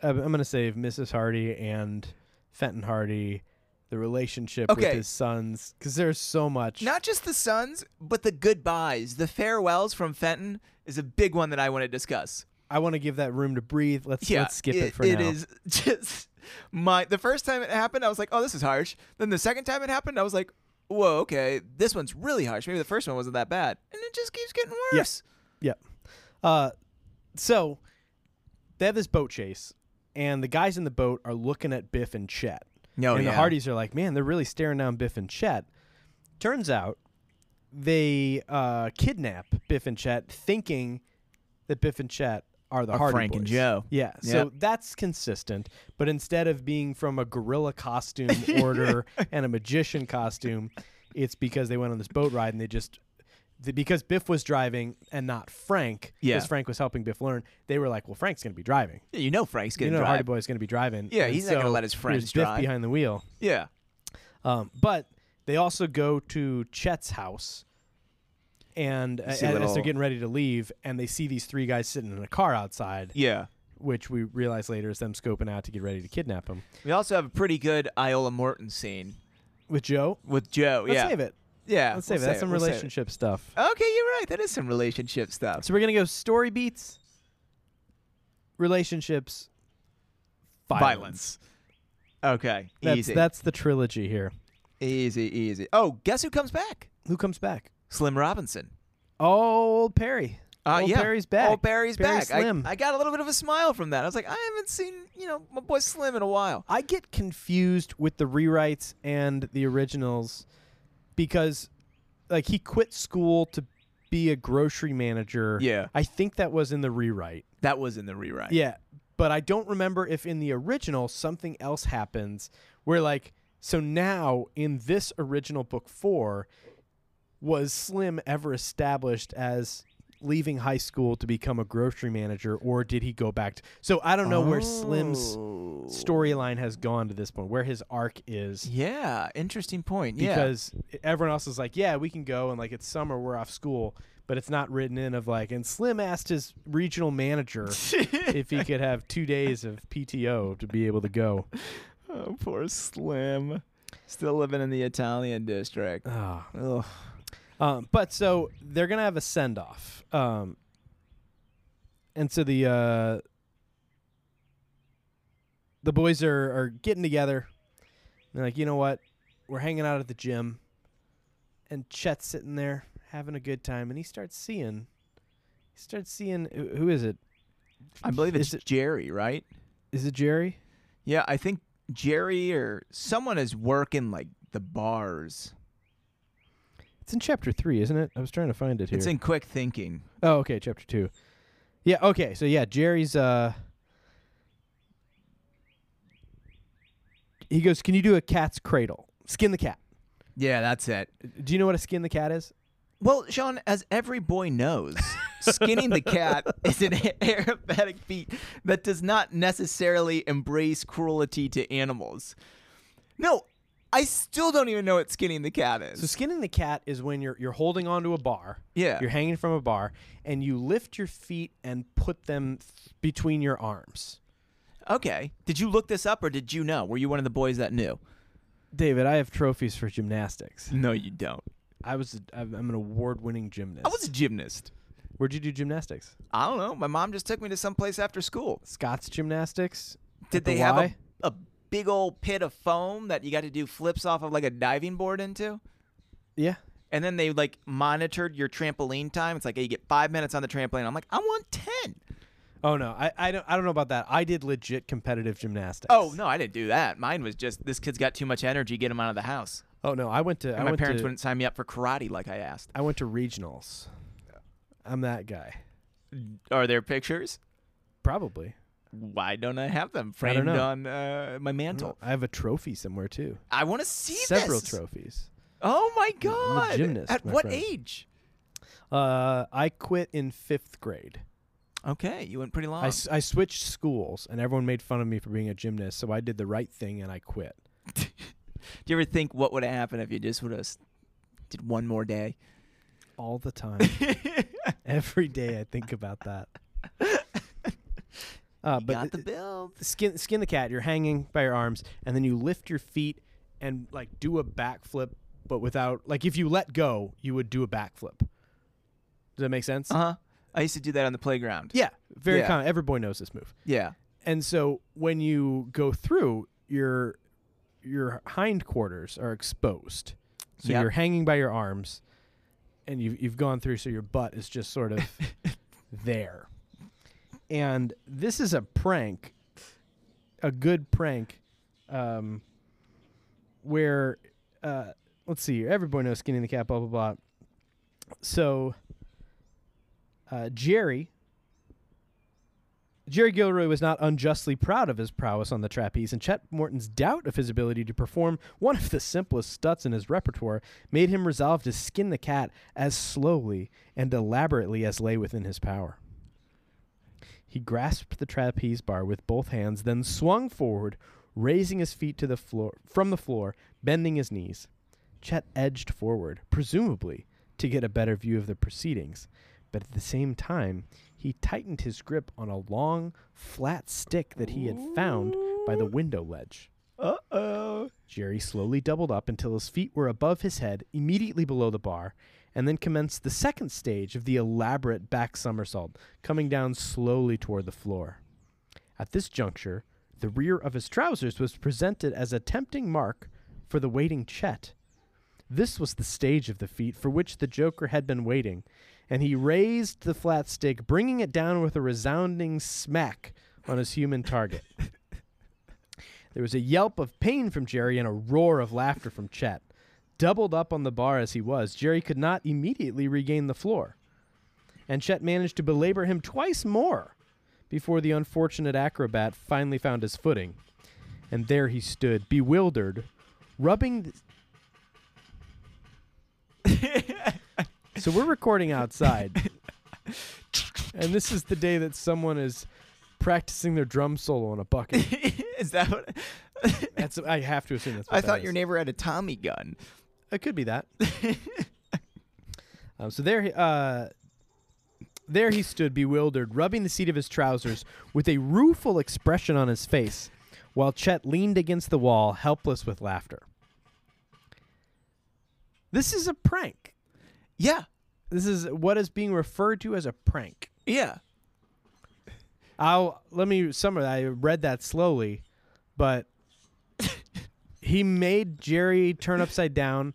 Speaker 1: Uh, I'm, I'm gonna save Mrs. Hardy and Fenton Hardy, the relationship with
Speaker 2: Okay.
Speaker 1: his sons, because there's so much.
Speaker 2: Not just the sons, but the goodbyes, the farewells from Fenton is a big one that I want to discuss.
Speaker 1: I want to give that room to breathe. Let's
Speaker 2: Yeah,
Speaker 1: let's skip it, for
Speaker 2: It
Speaker 1: now.
Speaker 2: is just my. The first time it happened, I was like, "Oh, this is harsh." Then the second time it happened, I was like, "Whoa, okay, this one's really harsh." Maybe the first one wasn't that bad, and it just keeps getting
Speaker 1: Yeah.
Speaker 2: worse.
Speaker 1: Yep. Uh, so they have this boat chase, and the guys in the boat are looking at Biff and Chet.
Speaker 2: No,
Speaker 1: and the Hardys are like, man, they're really staring down Biff and Chet. Turns out they uh, kidnap Biff and Chet, thinking that Biff and Chet are the
Speaker 2: Are
Speaker 1: Hardy
Speaker 2: Frank and
Speaker 1: Boys.
Speaker 2: Joe.
Speaker 1: Yeah, so that's consistent. But instead of being from a gorilla costume order and a magician costume, it's because they went on this boat ride and they just. the- Because Biff was driving and not Frank,
Speaker 2: Yeah.
Speaker 1: because Frank was helping Biff learn, they were like, "Well, Frank's going to be driving.
Speaker 2: Yeah, you know Frank's
Speaker 1: You
Speaker 2: gonna
Speaker 1: know,
Speaker 2: drive.
Speaker 1: Hardy Boy's going to be driving.
Speaker 2: Yeah,
Speaker 1: And
Speaker 2: he's not gonna
Speaker 1: so
Speaker 2: let his
Speaker 1: here's
Speaker 2: friends
Speaker 1: Biff
Speaker 2: drive.
Speaker 1: behind the wheel.
Speaker 2: Yeah,
Speaker 1: Um, but they also go to Chet's house, and uh, as,
Speaker 2: see a
Speaker 1: as
Speaker 2: little-
Speaker 1: they're getting ready to leave, and they see these three guys sitting in a car outside,
Speaker 2: yeah.
Speaker 1: which we realize later is them scoping out to get ready to kidnap him.
Speaker 2: We also have a pretty good Iola Morton scene
Speaker 1: With Joe,
Speaker 2: with Joe.
Speaker 1: let's
Speaker 2: yeah,
Speaker 1: save it. Let's
Speaker 2: yeah. we'll
Speaker 1: save it. That's some
Speaker 2: we'll save it.
Speaker 1: relationship stuff.
Speaker 2: Okay, you're right. That is some relationship stuff.
Speaker 1: So we're gonna go story beats, relationships, violence.
Speaker 2: Okay,
Speaker 1: That's,
Speaker 2: easy.
Speaker 1: that's the trilogy here.
Speaker 2: easy, easy. Oh, guess who comes back?
Speaker 1: Who comes back?
Speaker 2: Slim Robinson.
Speaker 1: Old Perry.
Speaker 2: Uh,
Speaker 1: Oh, Old
Speaker 2: yeah.
Speaker 1: Perry's back.
Speaker 2: Old Barry's
Speaker 1: Barry
Speaker 2: back. I-
Speaker 1: Slim.
Speaker 2: I, got a little bit of a smile from that. I was like, I haven't seen, you know, my boy Slim in a while.
Speaker 1: I get confused with the rewrites and the originals because like he quit school to be a grocery manager.
Speaker 2: Yeah.
Speaker 1: I think that was in the rewrite.
Speaker 2: That was in the rewrite.
Speaker 1: Yeah. But I don't remember if in the original something else happens where like so now in this original book 4 was Slim ever established as leaving high school to become a grocery manager or did he go back to, So I don't know where Slim's
Speaker 2: Oh.
Speaker 1: storyline has gone to this point, where his arc is.
Speaker 2: Yeah, interesting point. Yeah.
Speaker 1: Because everyone else is like, yeah, we can go, and like it's summer, we're off school, but it's not written in of like. And Slim asked his regional manager if he could have two days of PTO to be able to go.
Speaker 2: oh, poor Slim. Still living in the Italian district.
Speaker 1: Ah.
Speaker 2: Ugh.
Speaker 1: Um, but so they're gonna have a send off, um, and so the uh, the boys are are getting together. And they're like, you know what? We're hanging out at the gym, and Chet's sitting there having a good time, and he starts seeing, he starts seeing who- who is it?
Speaker 2: I believe it's
Speaker 1: Is it-
Speaker 2: Jerry, right?
Speaker 1: Is it Jerry?
Speaker 2: Yeah, I think Jerry or someone is working like the bars.
Speaker 1: It's in chapter three, isn't it? I was trying to find it here.
Speaker 2: It's in quick thinking.
Speaker 1: Oh, okay, chapter two. Yeah, okay, so yeah, Jerry's uh He goes, Can you do a cat's cradle? Skin the cat.
Speaker 2: Yeah, that's it.
Speaker 1: Do you know what a skin the cat is?
Speaker 2: Well, Sean, as every boy knows, skinning the cat is an aerobatic feat that does not necessarily embrace cruelty to animals. No, I still don't even know what skinning the cat is.
Speaker 1: So skinning the cat is when you're you're holding onto a bar.
Speaker 2: yeah.
Speaker 1: You're hanging from a bar and you lift your feet and put them th- between your arms.
Speaker 2: Okay. Did you look this up or did you know? Were you one of the boys that knew?
Speaker 1: David, I have trophies for gymnastics.
Speaker 2: No, you don't.
Speaker 1: I was a, I'm I'm an award-winning gymnast.
Speaker 2: I was a gymnast.
Speaker 1: Where'd you do gymnastics?
Speaker 2: I don't know. My mom just took me to some place after school.
Speaker 1: Scott's gymnastics. at
Speaker 2: Did
Speaker 1: the
Speaker 2: they have a,
Speaker 1: Y?
Speaker 2: a big old pit of foam that you got to do flips off of like a diving board into?
Speaker 1: Yeah.
Speaker 2: And then they like monitored your trampoline time. It's like, hey, you get five minutes on the trampoline. I'm like, I want 10.
Speaker 1: Oh no, I, I don't I don't know about that. I did legit competitive gymnastics.
Speaker 2: Oh, no, I didn't do that. Mine was just this kid's got too much energy. Get him out of the house.
Speaker 1: oh no, I went to I
Speaker 2: And my
Speaker 1: went
Speaker 2: parents
Speaker 1: to
Speaker 2: wouldn't sign me up for karate like I asked.
Speaker 1: I went to regionals. I'm that guy,
Speaker 2: Are there pictures?
Speaker 1: probably.
Speaker 2: Why don't I have them
Speaker 1: I don't
Speaker 2: framed
Speaker 1: know.
Speaker 2: on uh, my mantle?
Speaker 1: I have a trophy somewhere too.
Speaker 2: I want to see
Speaker 1: Several
Speaker 2: this.
Speaker 1: trophies.
Speaker 2: Oh my
Speaker 1: I'm a
Speaker 2: god!
Speaker 1: gymnast,
Speaker 2: At
Speaker 1: my
Speaker 2: what
Speaker 1: friend.
Speaker 2: age?
Speaker 1: Uh, I quit in fifth grade.
Speaker 2: Okay, you went pretty long.
Speaker 1: I, s- I switched schools, and everyone made fun of me for being a gymnast, so I did the right thing and I quit.
Speaker 2: Do you ever think what would have happened if you just would have did one more day?
Speaker 1: All the time. Every day I think about that. Uh,
Speaker 2: You
Speaker 1: but
Speaker 2: got
Speaker 1: th-
Speaker 2: the build.
Speaker 1: skin skin the cat. You're hanging by your arms, and then you lift your feet and like do a backflip, but without like if you let go, you would do a backflip. Does that make sense?
Speaker 2: Uh huh. I used to do that on the playground.
Speaker 1: Yeah, very
Speaker 2: Yeah.
Speaker 1: common. Every boy knows this move.
Speaker 2: Yeah.
Speaker 1: And so when you go through, your your hindquarters are exposed, so
Speaker 2: Yep.
Speaker 1: you're hanging by your arms, and you've you've gone through, so your butt is just sort of there. And this is a prank, a good prank, um, where uh, let's see, everybody knows skinny the cat, blah blah blah. So uh, Jerry. Jerry Gilroy was not unjustly proud of his prowess on the trapeze, and Chet Morton's doubt of his ability to perform one of the simplest stunts in his repertoire made him resolve to skin the cat as slowly and elaborately as lay within his power. He grasped the trapeze bar with both hands, then swung forward, raising his feet to the floor from the floor, bending his knees. Chet edged forward, presumably to get a better view of the proceedings, but at the same time, he tightened his grip on a long, flat stick that he had found by the window ledge.
Speaker 2: Uh oh.
Speaker 1: Jerry slowly doubled up until his feet were above his head, immediately below the bar, and then commenced the second stage of the elaborate back somersault, coming down slowly toward the floor. At this juncture, the rear of his trousers was presented as a tempting mark for the waiting Chet. This was the stage of the feat for which the Joker had been waiting, and he raised the flat stick, bringing it down with a resounding smack on his human target. There was a yelp of pain from Jerry and a roar of laughter from Chet. Doubled up on the bar as he was, Jerry could not immediately regain the floor. And Chet managed to belabor him twice more before the unfortunate acrobat finally found his footing. And there he stood, bewildered, rubbing. th- so we're recording outside. And this is the day that someone is practicing their drum solo on a bucket.
Speaker 2: is that what?
Speaker 1: That's I have to assume that's. What
Speaker 2: I
Speaker 1: that
Speaker 2: thought
Speaker 1: is.
Speaker 2: your neighbor had a Tommy gun.
Speaker 1: It could be that. um, so there, he- uh, there he stood, bewildered, rubbing the seat of his trousers with a rueful expression on his face, while Chet leaned against the wall, helpless with laughter. This is a prank.
Speaker 2: Yeah.
Speaker 1: This is what is being referred to as a prank.
Speaker 2: Yeah.
Speaker 1: I'll let me summarize. I read that slowly, but he made Jerry turn upside down,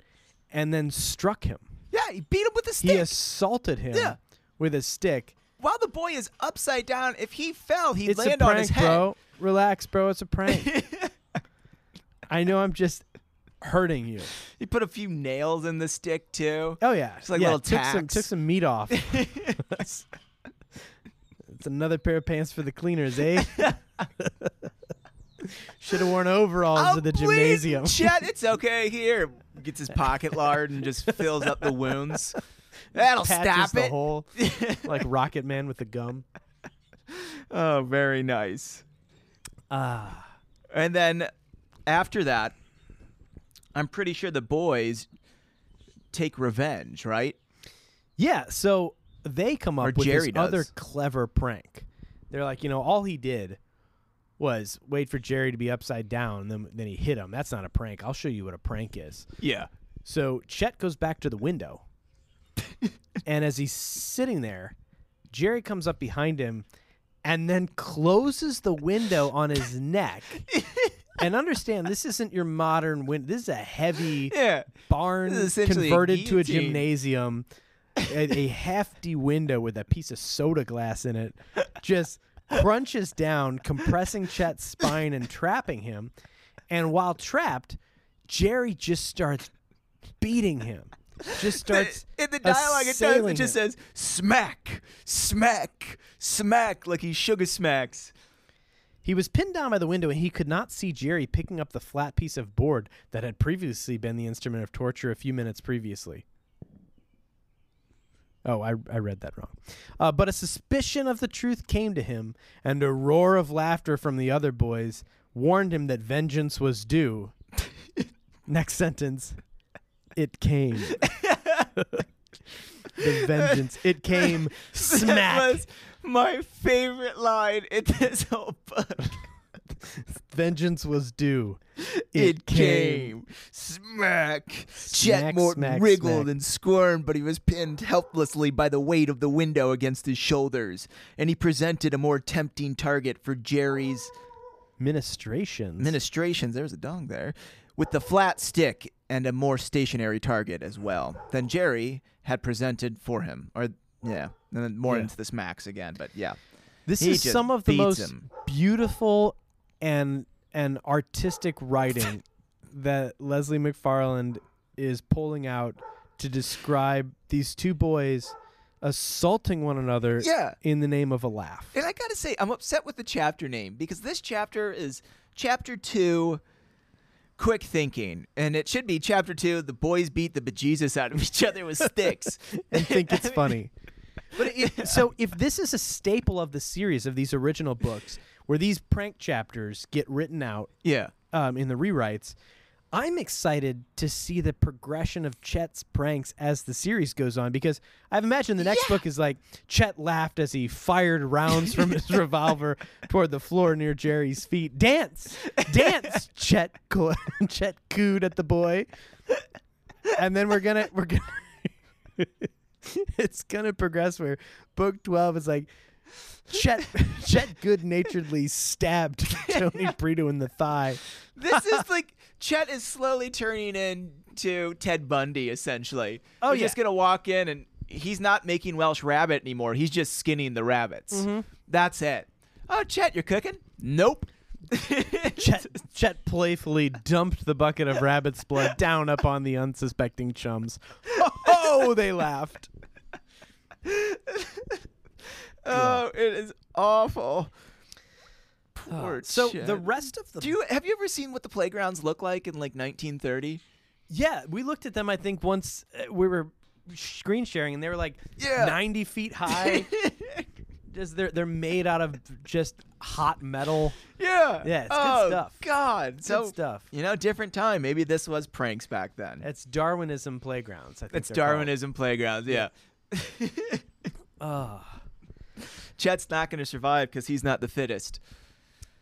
Speaker 1: and then struck him.
Speaker 2: Yeah. He beat him with a stick.
Speaker 1: He assaulted him
Speaker 2: Yeah.
Speaker 1: with a stick.
Speaker 2: While the boy is upside down, if he fell, he'd
Speaker 1: It's a
Speaker 2: land
Speaker 1: prank,
Speaker 2: on his head.
Speaker 1: bro. Relax, bro. It's a prank. I know. I'm just hurting you.
Speaker 2: He put a few nails in the stick too.
Speaker 1: Oh yeah,
Speaker 2: It's like
Speaker 1: yeah,
Speaker 2: little
Speaker 1: took some
Speaker 2: tacks.
Speaker 1: took some meat off. it's another pair of pants for the cleaners, eh? Should have worn overalls
Speaker 2: Oh,
Speaker 1: at the
Speaker 2: please,
Speaker 1: gymnasium.
Speaker 2: Chet, it's okay here. Gets his pocket lard and just fills up the wounds. That'll
Speaker 1: Patches
Speaker 2: stop
Speaker 1: the
Speaker 2: it.
Speaker 1: hole like Rocket Man with the gum.
Speaker 2: oh, very nice.
Speaker 1: Ah,
Speaker 2: And then after that, I'm pretty sure the boys take revenge, right?
Speaker 1: Yeah, so they come up
Speaker 2: Or
Speaker 1: with
Speaker 2: Jerry
Speaker 1: this other
Speaker 2: does.
Speaker 1: clever prank. They're like, you know, all he did was wait for Jerry to be upside down, and then then he hit him. That's not a prank. I'll show you what a prank is.
Speaker 2: Yeah.
Speaker 1: So Chet goes back to the window, and as he's sitting there, Jerry comes up behind him, and then closes the window on his neck. and understand, this isn't your modern window. This is a heavy
Speaker 2: Yeah.
Speaker 1: barn
Speaker 2: This is essentially a
Speaker 1: converted to a
Speaker 2: guillotine.
Speaker 1: gymnasium, a, a hefty window with a piece of soda glass in it, just crunches down, compressing Chet's spine and trapping him. And while trapped, Jerry just starts beating him. Just starts
Speaker 2: in the dialogue it does it
Speaker 1: assailing
Speaker 2: just
Speaker 1: him.
Speaker 2: says smack, smack, smack like he sugar smacks.
Speaker 1: He was pinned down by the window and he could not see Jerry picking up the flat piece of board that had previously been the instrument of torture a few minutes previously. Oh, I, I read that wrong. Uh, but a suspicion of the truth came to him, and a roar of laughter from the other boys warned him that vengeance was due. Next sentence, it came. the vengeance, it came
Speaker 2: That
Speaker 1: smack.
Speaker 2: was my favorite line in this whole book.
Speaker 1: vengeance was due.
Speaker 2: It came. Smack.
Speaker 1: Smack,
Speaker 2: Jack Morton
Speaker 1: smack,
Speaker 2: wriggled
Speaker 1: smack.
Speaker 2: and squirmed, but he was pinned helplessly by the weight of the window against his shoulders, and he presented a more tempting target for Jerry's
Speaker 1: Ministrations.
Speaker 2: ministrations. There's a dong there. With the flat stick and a more stationary target as well than Jerry had presented for him. Or, yeah. And then more
Speaker 1: Yeah.
Speaker 2: into the smacks again, but yeah.
Speaker 1: This
Speaker 2: He
Speaker 1: is
Speaker 2: just
Speaker 1: some of the
Speaker 2: beats
Speaker 1: most
Speaker 2: him.
Speaker 1: beautiful and and artistic writing that Leslie McFarland is pulling out to describe these two boys assaulting one another
Speaker 2: Yeah.
Speaker 1: in the name of a laugh.
Speaker 2: And I gotta say, I'm upset with the chapter name because this chapter is chapter two, quick thinking, and it should be chapter two. The boys beat the bejesus out of each other with sticks.
Speaker 1: and think it's
Speaker 2: I mean,
Speaker 1: funny. But it, so if this is a staple of the series of these original books where these prank chapters get written out
Speaker 2: Yeah,
Speaker 1: um, in the rewrites. I'm excited to see the progression of Chet's pranks as the series goes on because I've imagined the next book is like Chet laughed as he fired rounds from his revolver toward the floor near Jerry's feet. Dance, dance, Chet. Co- Chet cooed at the boy, and then we're gonna we're gonna. it's gonna progress where book twelve is like Chet Chet good naturedly stabbed Tony Brito in the thigh.
Speaker 2: this is like Chet is slowly turning into Ted Bundy essentially.
Speaker 1: Oh,
Speaker 2: We're
Speaker 1: yeah.
Speaker 2: just gonna walk in and he's not making Welsh rabbit anymore. He's just skinning the rabbits.
Speaker 1: Mm-hmm.
Speaker 2: That's it. Oh, Chet, you're cooking? Nope.
Speaker 1: Chet, Chet playfully dumped the bucket of rabbit's blood down upon the unsuspecting chums. Oh, they laughed.
Speaker 2: Oh, it is awful. Poor
Speaker 1: So the
Speaker 2: Chet.
Speaker 1: rest of the
Speaker 2: Do you have you ever seen what the playgrounds look like in like 1930?
Speaker 1: yeah, we looked at them. I think once uh, we were screen sharing, and they were like
Speaker 2: Yeah.
Speaker 1: ninety feet high. just they're they're made out of just hot metal.
Speaker 2: Yeah.
Speaker 1: Yeah, it's good
Speaker 2: oh,
Speaker 1: stuff.
Speaker 2: God. So
Speaker 1: stuff.
Speaker 2: You know, different time. Maybe this was pranks back then.
Speaker 1: It's Darwinism playgrounds. I think
Speaker 2: It's
Speaker 1: they're called.
Speaker 2: Darwinism playgrounds. Yeah.
Speaker 1: Ugh.
Speaker 2: Chet's not going to survive because he's not the fittest.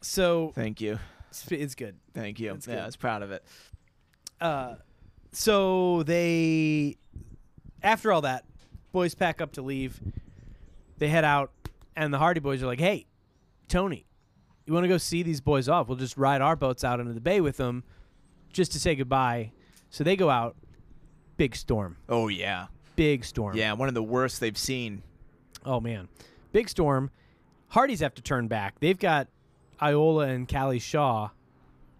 Speaker 1: so
Speaker 2: Thank you.
Speaker 1: sp- it's good.
Speaker 2: Thank you.
Speaker 1: That's
Speaker 2: yeah,
Speaker 1: good.
Speaker 2: I was proud of it.
Speaker 1: Uh, so they, after all that, boys pack up to leave. They head out, and the Hardy Boys are like, "Hey, Tony, you want to go see these boys off? We'll just ride our boats out into the bay with them, just to say goodbye." So they go out. Big storm.
Speaker 2: Oh yeah.
Speaker 1: Big storm.
Speaker 2: Yeah, one of the worst they've seen.
Speaker 1: Oh man, big storm. Hardys have to turn back. They've got Iola and Callie Shaw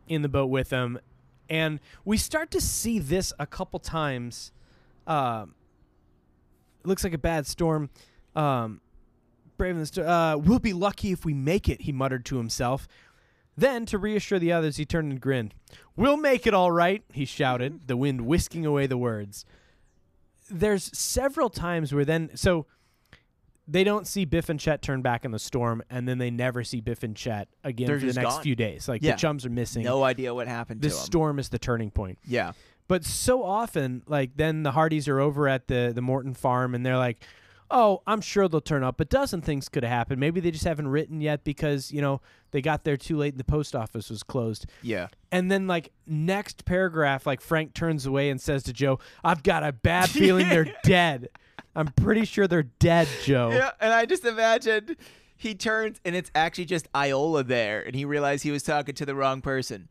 Speaker 1: in the boat with them, and we start to see this a couple times. Um, it looks like a bad storm. Um, brave in the storm. Uh, we'll be lucky if we make it. He muttered to himself. Then, to reassure the others, he turned and grinned. We'll make it all right, he shouted, the wind whisking away the words. There's several times where then, so they don't see Biff and Chet turn back in the storm, and then they never see Biff and Chet again
Speaker 2: They're
Speaker 1: for the
Speaker 2: just
Speaker 1: next
Speaker 2: gone.
Speaker 1: few days. Like
Speaker 2: Yeah.
Speaker 1: the chums are missing.
Speaker 2: No idea what happened
Speaker 1: this
Speaker 2: to him.
Speaker 1: storm is the turning point.
Speaker 2: yeah.
Speaker 1: But so often, like then the Hardys are over at the the Morton farm, and they're like, "Oh, I'm sure they'll turn up." A dozen things could have happened. Maybe they just haven't written yet because you know they got there too late, and the post office was closed.
Speaker 2: Yeah.
Speaker 1: And then, like next paragraph, like Frank turns away and says to Joe, "I've got a bad feeling they're dead. I'm pretty sure they're dead, Joe."
Speaker 2: Yeah, and I just imagined he turns and it's actually just Iola there, and he realized he was talking to the wrong person.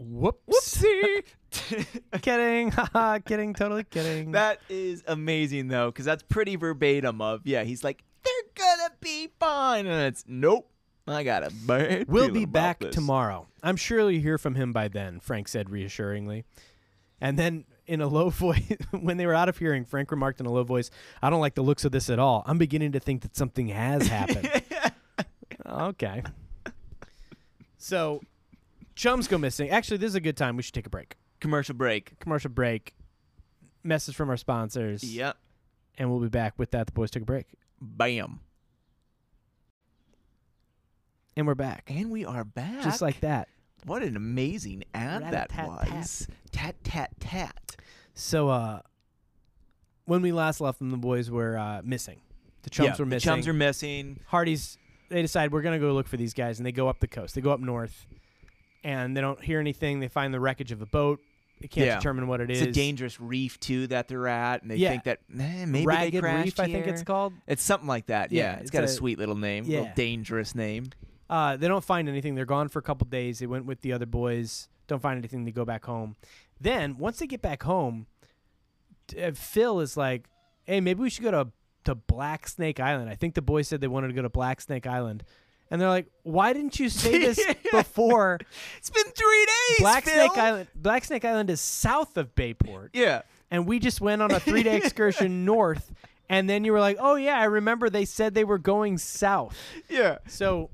Speaker 1: Whoops.
Speaker 2: See,
Speaker 1: kidding. Haha, kidding. Totally kidding.
Speaker 2: that is amazing though, because that's pretty verbatim of yeah. He's like, they're gonna be fine, and it's nope. I got a bad.
Speaker 1: We'll
Speaker 2: feeling
Speaker 1: be
Speaker 2: about
Speaker 1: back
Speaker 2: this."
Speaker 1: tomorrow. I'm sure you'll hear from him by then, Frank said reassuringly. And then in a low voice, when they were out of hearing, Frank remarked in a low voice, I don't like the looks of this at all. I'm beginning to think that something has happened. okay. So, chums go missing. Actually, this is a good time. We should take a break.
Speaker 2: Commercial break.
Speaker 1: Commercial break. Message from our sponsors.
Speaker 2: Yep.
Speaker 1: and we'll be back with that. The boys took a break,
Speaker 2: Bam.
Speaker 1: and we're back,
Speaker 2: And we are back.
Speaker 1: just like that.
Speaker 2: What an amazing ad that
Speaker 1: Rat-a-tat-tat.
Speaker 2: was. Tat tat tat.
Speaker 1: So, uh, when we last left them, the boys were uh, missing. The chums
Speaker 2: Yeah,
Speaker 1: were
Speaker 2: the
Speaker 1: missing.
Speaker 2: Chums are missing.
Speaker 1: Hardy's they decide we're gonna go look for these guys, and they go up the coast. They go up north, and they don't hear anything. They find the wreckage of a boat. They can't
Speaker 2: Yeah.
Speaker 1: determine what it
Speaker 2: it's
Speaker 1: is.
Speaker 2: a dangerous reef too that they're at, and they
Speaker 1: Yeah.
Speaker 2: think that eh, maybe
Speaker 1: Ragged
Speaker 2: they crashed
Speaker 1: Reef, I think it's
Speaker 2: here.
Speaker 1: called.
Speaker 2: It's something like that.
Speaker 1: Yeah,
Speaker 2: Yeah,
Speaker 1: it's
Speaker 2: it's got a,
Speaker 1: a-
Speaker 2: sweet little name,
Speaker 1: yeah.
Speaker 2: little dangerous name.
Speaker 1: Uh, they don't find anything. They're gone for a couple days. They went with the other boys. Don't find anything. They go back home. Then once they get back home, t- uh, Phil is like, "Hey, maybe we should go to to Black Snake Island." I think the boys said they wanted to go to Black Snake Island, and they're like, "Why didn't you say this before?"
Speaker 2: It's been three days.
Speaker 1: Black
Speaker 2: Phil!
Speaker 1: Snake Island. Black Snake Island is south of Bayport,
Speaker 2: Yeah,
Speaker 1: and we just went on a three day excursion north. And then you were like, "Oh yeah, I remember they said they were going south."
Speaker 2: yeah,
Speaker 1: So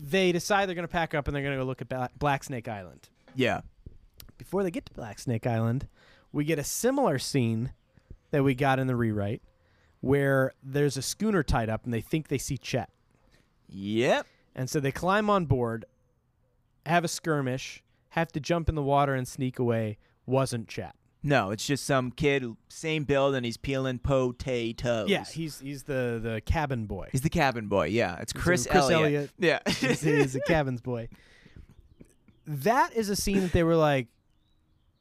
Speaker 1: they decide they're going to pack up and they're going to go look at Bla- Black Snake Island.
Speaker 2: yeah.
Speaker 1: Before they get to Black Snake Island, we get a similar scene that we got in the rewrite, where there's a schooner tied up and they think they see Chet.
Speaker 2: Yep.
Speaker 1: And so they climb on board, have a skirmish, have to jump in the water and sneak away. Wasn't Chet?
Speaker 2: No, it's just some kid, same build, and he's peeling potatoes.
Speaker 1: Yeah, he's he's the the cabin boy.
Speaker 2: he's the cabin boy. Yeah, it's
Speaker 1: a
Speaker 2: Chris,
Speaker 1: Chris
Speaker 2: Elliott.
Speaker 1: He's,
Speaker 2: Yeah,
Speaker 1: he's a cabin's boy. That is a scene that they were like,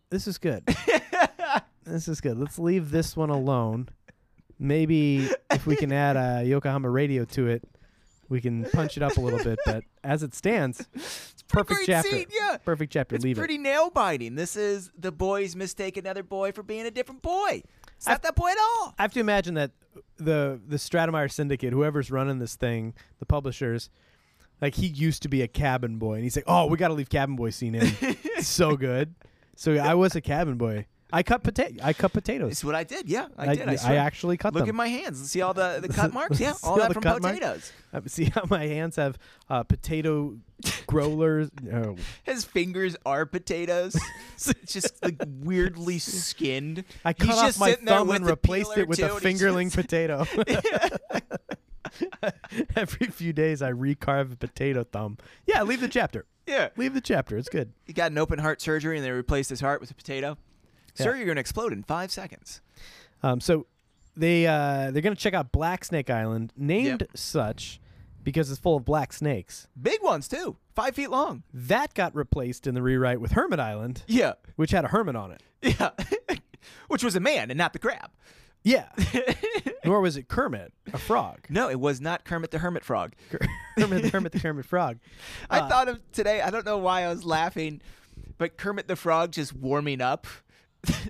Speaker 1: "This is good. this is good. Let's leave this one alone. Maybe if we can add a Yokohama radio to it, we can punch it up a little bit. But as it stands,
Speaker 2: it's a
Speaker 1: perfect
Speaker 2: great
Speaker 1: chapter.
Speaker 2: Scene. Yeah,
Speaker 1: perfect chapter.
Speaker 2: it's
Speaker 1: leave it.
Speaker 2: pretty nail biting. This is the boys mistake another boy for being a different boy. It's not that boy at all.
Speaker 1: I have to imagine that the the Stratemeyer Syndicate, whoever's running this thing, the publishers, like he used to be a cabin boy, and he's like, "Oh, we got to leave cabin boy scene in. It's so good." So I was a cabin boy. I cut potato. I cut potatoes.
Speaker 2: It's what I did. Yeah, I, did. I,
Speaker 1: I
Speaker 2: swear.
Speaker 1: actually cut
Speaker 2: Look
Speaker 1: them.
Speaker 2: at my hands. See all the, the cut marks? Yeah,
Speaker 1: See all
Speaker 2: all that
Speaker 1: the
Speaker 2: from
Speaker 1: cut marks?
Speaker 2: potatoes.
Speaker 1: Uh, See how my hands have uh, potato growlers. Oh.
Speaker 2: His fingers are potatoes. it's just like weirdly skinned.
Speaker 1: I
Speaker 2: He's
Speaker 1: cut off
Speaker 2: just
Speaker 1: my
Speaker 2: sitting there
Speaker 1: thumb
Speaker 2: with
Speaker 1: and
Speaker 2: the
Speaker 1: replaced
Speaker 2: peeler
Speaker 1: it with
Speaker 2: too,
Speaker 1: a
Speaker 2: and he's
Speaker 1: fingerling
Speaker 2: just-
Speaker 1: potato. Every few days, I recarve a potato thumb. Yeah, leave the chapter.
Speaker 2: Yeah.
Speaker 1: Leave the chapter. It's good.
Speaker 2: He got an open heart surgery and they replaced his heart with a potato. Sir,
Speaker 1: Yeah.
Speaker 2: you're going to explode in five seconds.
Speaker 1: Um, so they uh, they're gonna check out Black Snake Island, named such because it's full of black snakes.
Speaker 2: Big ones, too. Five feet long.
Speaker 1: That got replaced in the rewrite with Hermit Island,
Speaker 2: Yeah.
Speaker 1: which had a hermit on it.
Speaker 2: Yeah. Which was a man and not the crab.
Speaker 1: Yeah. Nor was it Kermit, a frog.
Speaker 2: No, it was not Kermit the Hermit Frog.
Speaker 1: Kermit, the Hermit, the Kermit frog.
Speaker 2: I
Speaker 1: Uh,
Speaker 2: thought of today. I don't know why I was laughing, but Kermit the Frog just warming up.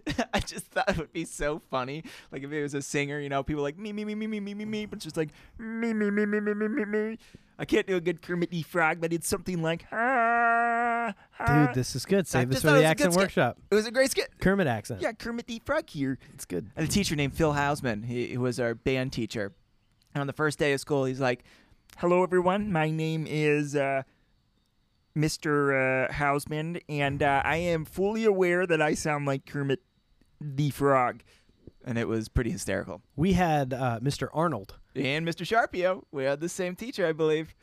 Speaker 2: I just thought it would be so funny. Like if it was a singer, you know, people like me, me, me, me, me, me, me, me, but just like me, me, me, me, me, me, me, me. I can't do a good Kermit the Frog, but it's something like. Ah, ah."
Speaker 1: Dude, this is good. Save this
Speaker 2: just
Speaker 1: for
Speaker 2: thought
Speaker 1: the
Speaker 2: it was a good
Speaker 1: accent
Speaker 2: skit.
Speaker 1: workshop.
Speaker 2: It was a great skit.
Speaker 1: Kermit accent.
Speaker 2: Yeah, Kermit the Frog here.
Speaker 1: It's good.
Speaker 2: I had a teacher named Phil Hausman. He, he was our band teacher. And on the first day of school, he's like, Hello, everyone. My name is uh, Mr. Uh, Hausman, and uh, I am fully aware that I sound like Kermit the Frog. And it was pretty hysterical.
Speaker 1: We had uh, Mr. Arnold.
Speaker 2: And Mr. Sharpio, we had the same teacher, I believe.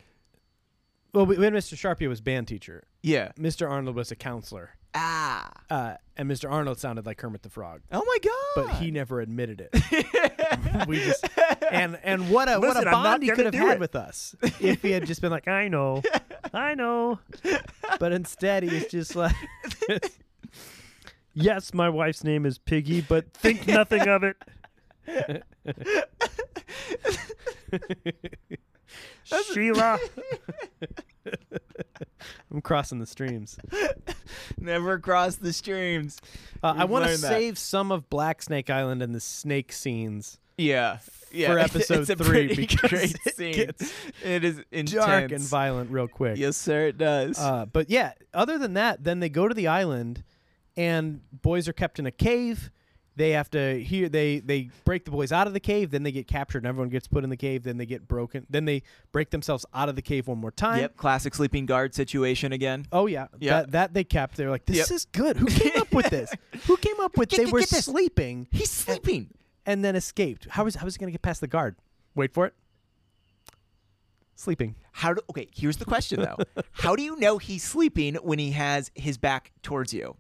Speaker 1: Well, we, we had Mr. Sharpie was band teacher.
Speaker 2: Yeah.
Speaker 1: Mr. Arnold was a counselor.
Speaker 2: Ah.
Speaker 1: Uh, and Mr. Arnold sounded like Kermit the Frog,
Speaker 2: Oh, my God.
Speaker 1: but he never admitted it. we just and and what a what
Speaker 2: Listen,
Speaker 1: a
Speaker 2: I'm not
Speaker 1: bond he
Speaker 2: gonna
Speaker 1: could have
Speaker 2: do
Speaker 1: had
Speaker 2: it.
Speaker 1: with us if he had just been like, I know, I know, but instead he's just like, Yes, my wife's name is Piggy, but think nothing of it. Sheila. I'm crossing the streams.
Speaker 2: Never crossed the streams.
Speaker 1: Uh, I
Speaker 2: We've
Speaker 1: want to
Speaker 2: learned that.
Speaker 1: save some of Black Snake Island and the snake scenes
Speaker 2: Yeah. yeah.
Speaker 1: for episode
Speaker 2: it's a
Speaker 1: three
Speaker 2: pretty
Speaker 1: because
Speaker 2: great
Speaker 1: it
Speaker 2: scene.
Speaker 1: gets
Speaker 2: it is intense.
Speaker 1: dark and violent real quick.
Speaker 2: Yes, sir, it does.
Speaker 1: Uh, but yeah, other than that, then they go to the island, and boys are kept in a cave. They have to hear they they break the boys out of the cave. Then they get captured, and everyone gets put in the cave. Then they get broken. Then they break themselves out of the cave one more time.
Speaker 2: yep, classic sleeping guard situation again.
Speaker 1: Oh yeah,
Speaker 2: Yeah.
Speaker 1: That, that they kept. They're like, this
Speaker 2: Yep.
Speaker 1: is good. Who came up with this? Who came up with
Speaker 2: Get-
Speaker 1: they
Speaker 2: get-
Speaker 1: were
Speaker 2: get this.
Speaker 1: sleeping
Speaker 2: He's sleeping.
Speaker 1: and then escaped. How was how was he going to get past the guard? Wait for it. Sleeping.
Speaker 2: How do okay? Here's the question though: How do you know he's sleeping when he has his back towards you?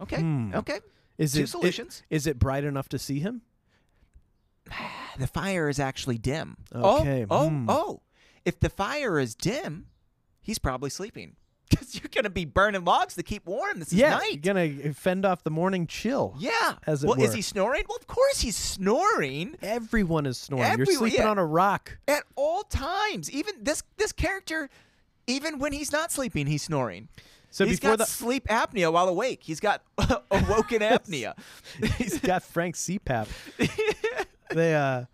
Speaker 2: Okay,
Speaker 1: Hmm.
Speaker 2: okay.
Speaker 1: Is
Speaker 2: Two
Speaker 1: it- it-
Speaker 2: solutions.
Speaker 1: is it bright enough to see him?
Speaker 2: The fire is actually dim.
Speaker 1: Okay,
Speaker 2: Oh, oh,
Speaker 1: hmm.
Speaker 2: oh! If the fire is dim, he's probably sleeping because you're gonna be burning logs to keep warm. This is
Speaker 1: yeah,
Speaker 2: night.
Speaker 1: you're gonna fend off the morning chill.
Speaker 2: yeah.
Speaker 1: as it
Speaker 2: well, is
Speaker 1: were.
Speaker 2: he snoring? Well, of course he's snoring.
Speaker 1: Everyone is snoring. You're
Speaker 2: Everyone-
Speaker 1: sleeping
Speaker 2: yeah.
Speaker 1: on a rock.
Speaker 2: at all times. Even this this character, even when he's not sleeping, he's snoring.
Speaker 1: So
Speaker 2: he's
Speaker 1: before
Speaker 2: got
Speaker 1: the
Speaker 2: sleep apnea while awake. He's got awoken apnea.
Speaker 1: he's got Frank CPAP. they uh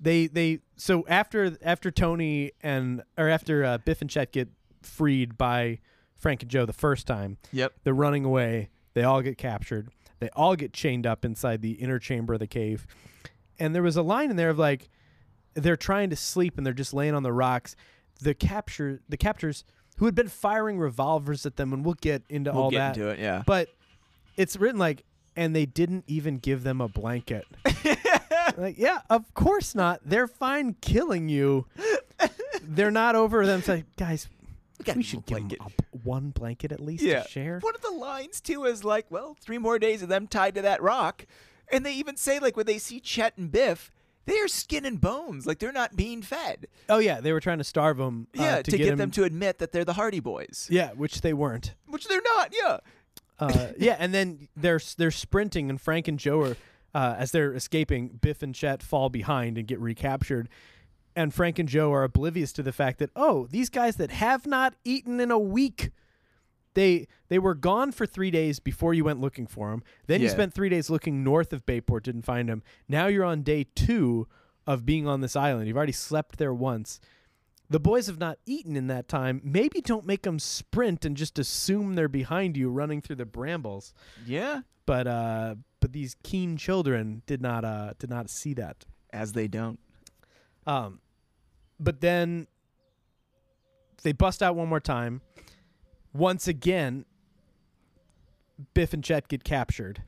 Speaker 1: they they so after after Tony and or after uh, Biff and Chet get freed by Frank and Joe the first time,
Speaker 2: yep.
Speaker 1: they're running away. They all get captured. They all get chained up inside the inner chamber of the cave. And there was a line in there of like they're trying to sleep and they're just laying on the rocks. The capture the captors who had been firing revolvers at them and we'll get into all
Speaker 2: get
Speaker 1: that.
Speaker 2: into it, yeah.
Speaker 1: But it's written like and they didn't even give them a blanket. like, yeah, of course not. They're fine killing you. They're not over them. It's like, guys,
Speaker 2: gotta
Speaker 1: we
Speaker 2: give
Speaker 1: should
Speaker 2: them a
Speaker 1: give 'em
Speaker 2: blanket."
Speaker 1: a b- one blanket at least
Speaker 2: Yeah.
Speaker 1: to share.
Speaker 2: One of the lines too is like, well, three more days of them tied to that rock, and they even say like when they see Chet and Biff, they are skin and bones. Like they're not being fed.
Speaker 1: Oh yeah, they were trying to starve them.
Speaker 2: yeah,
Speaker 1: uh,
Speaker 2: to,
Speaker 1: to,
Speaker 2: get,
Speaker 1: him-
Speaker 2: them to admit that they're the Hardy Boys,
Speaker 1: Yeah, which they weren't.
Speaker 2: which they're not. Yeah.
Speaker 1: Uh, yeah, and then they're they're sprinting, and Frank and Joe are uh, as they're escaping. Biff and Chet fall behind and get recaptured, and Frank and Joe are oblivious to the fact that oh, these guys that have not eaten in a week. They, they were gone for three days before you went looking for them. Then you
Speaker 2: Yeah.
Speaker 1: spent three days looking north of Bayport, didn't find them. Now you're on day two of being on this island. You've already slept there once. the boys have not eaten in that time. Maybe don't make them sprint and just assume they're behind you running through the brambles.
Speaker 2: Yeah.
Speaker 1: But uh, but these keen children did not uh, did not see that.
Speaker 2: As they don't.
Speaker 1: Um, but then they bust out one more time. Once again, Biff and Chet get captured.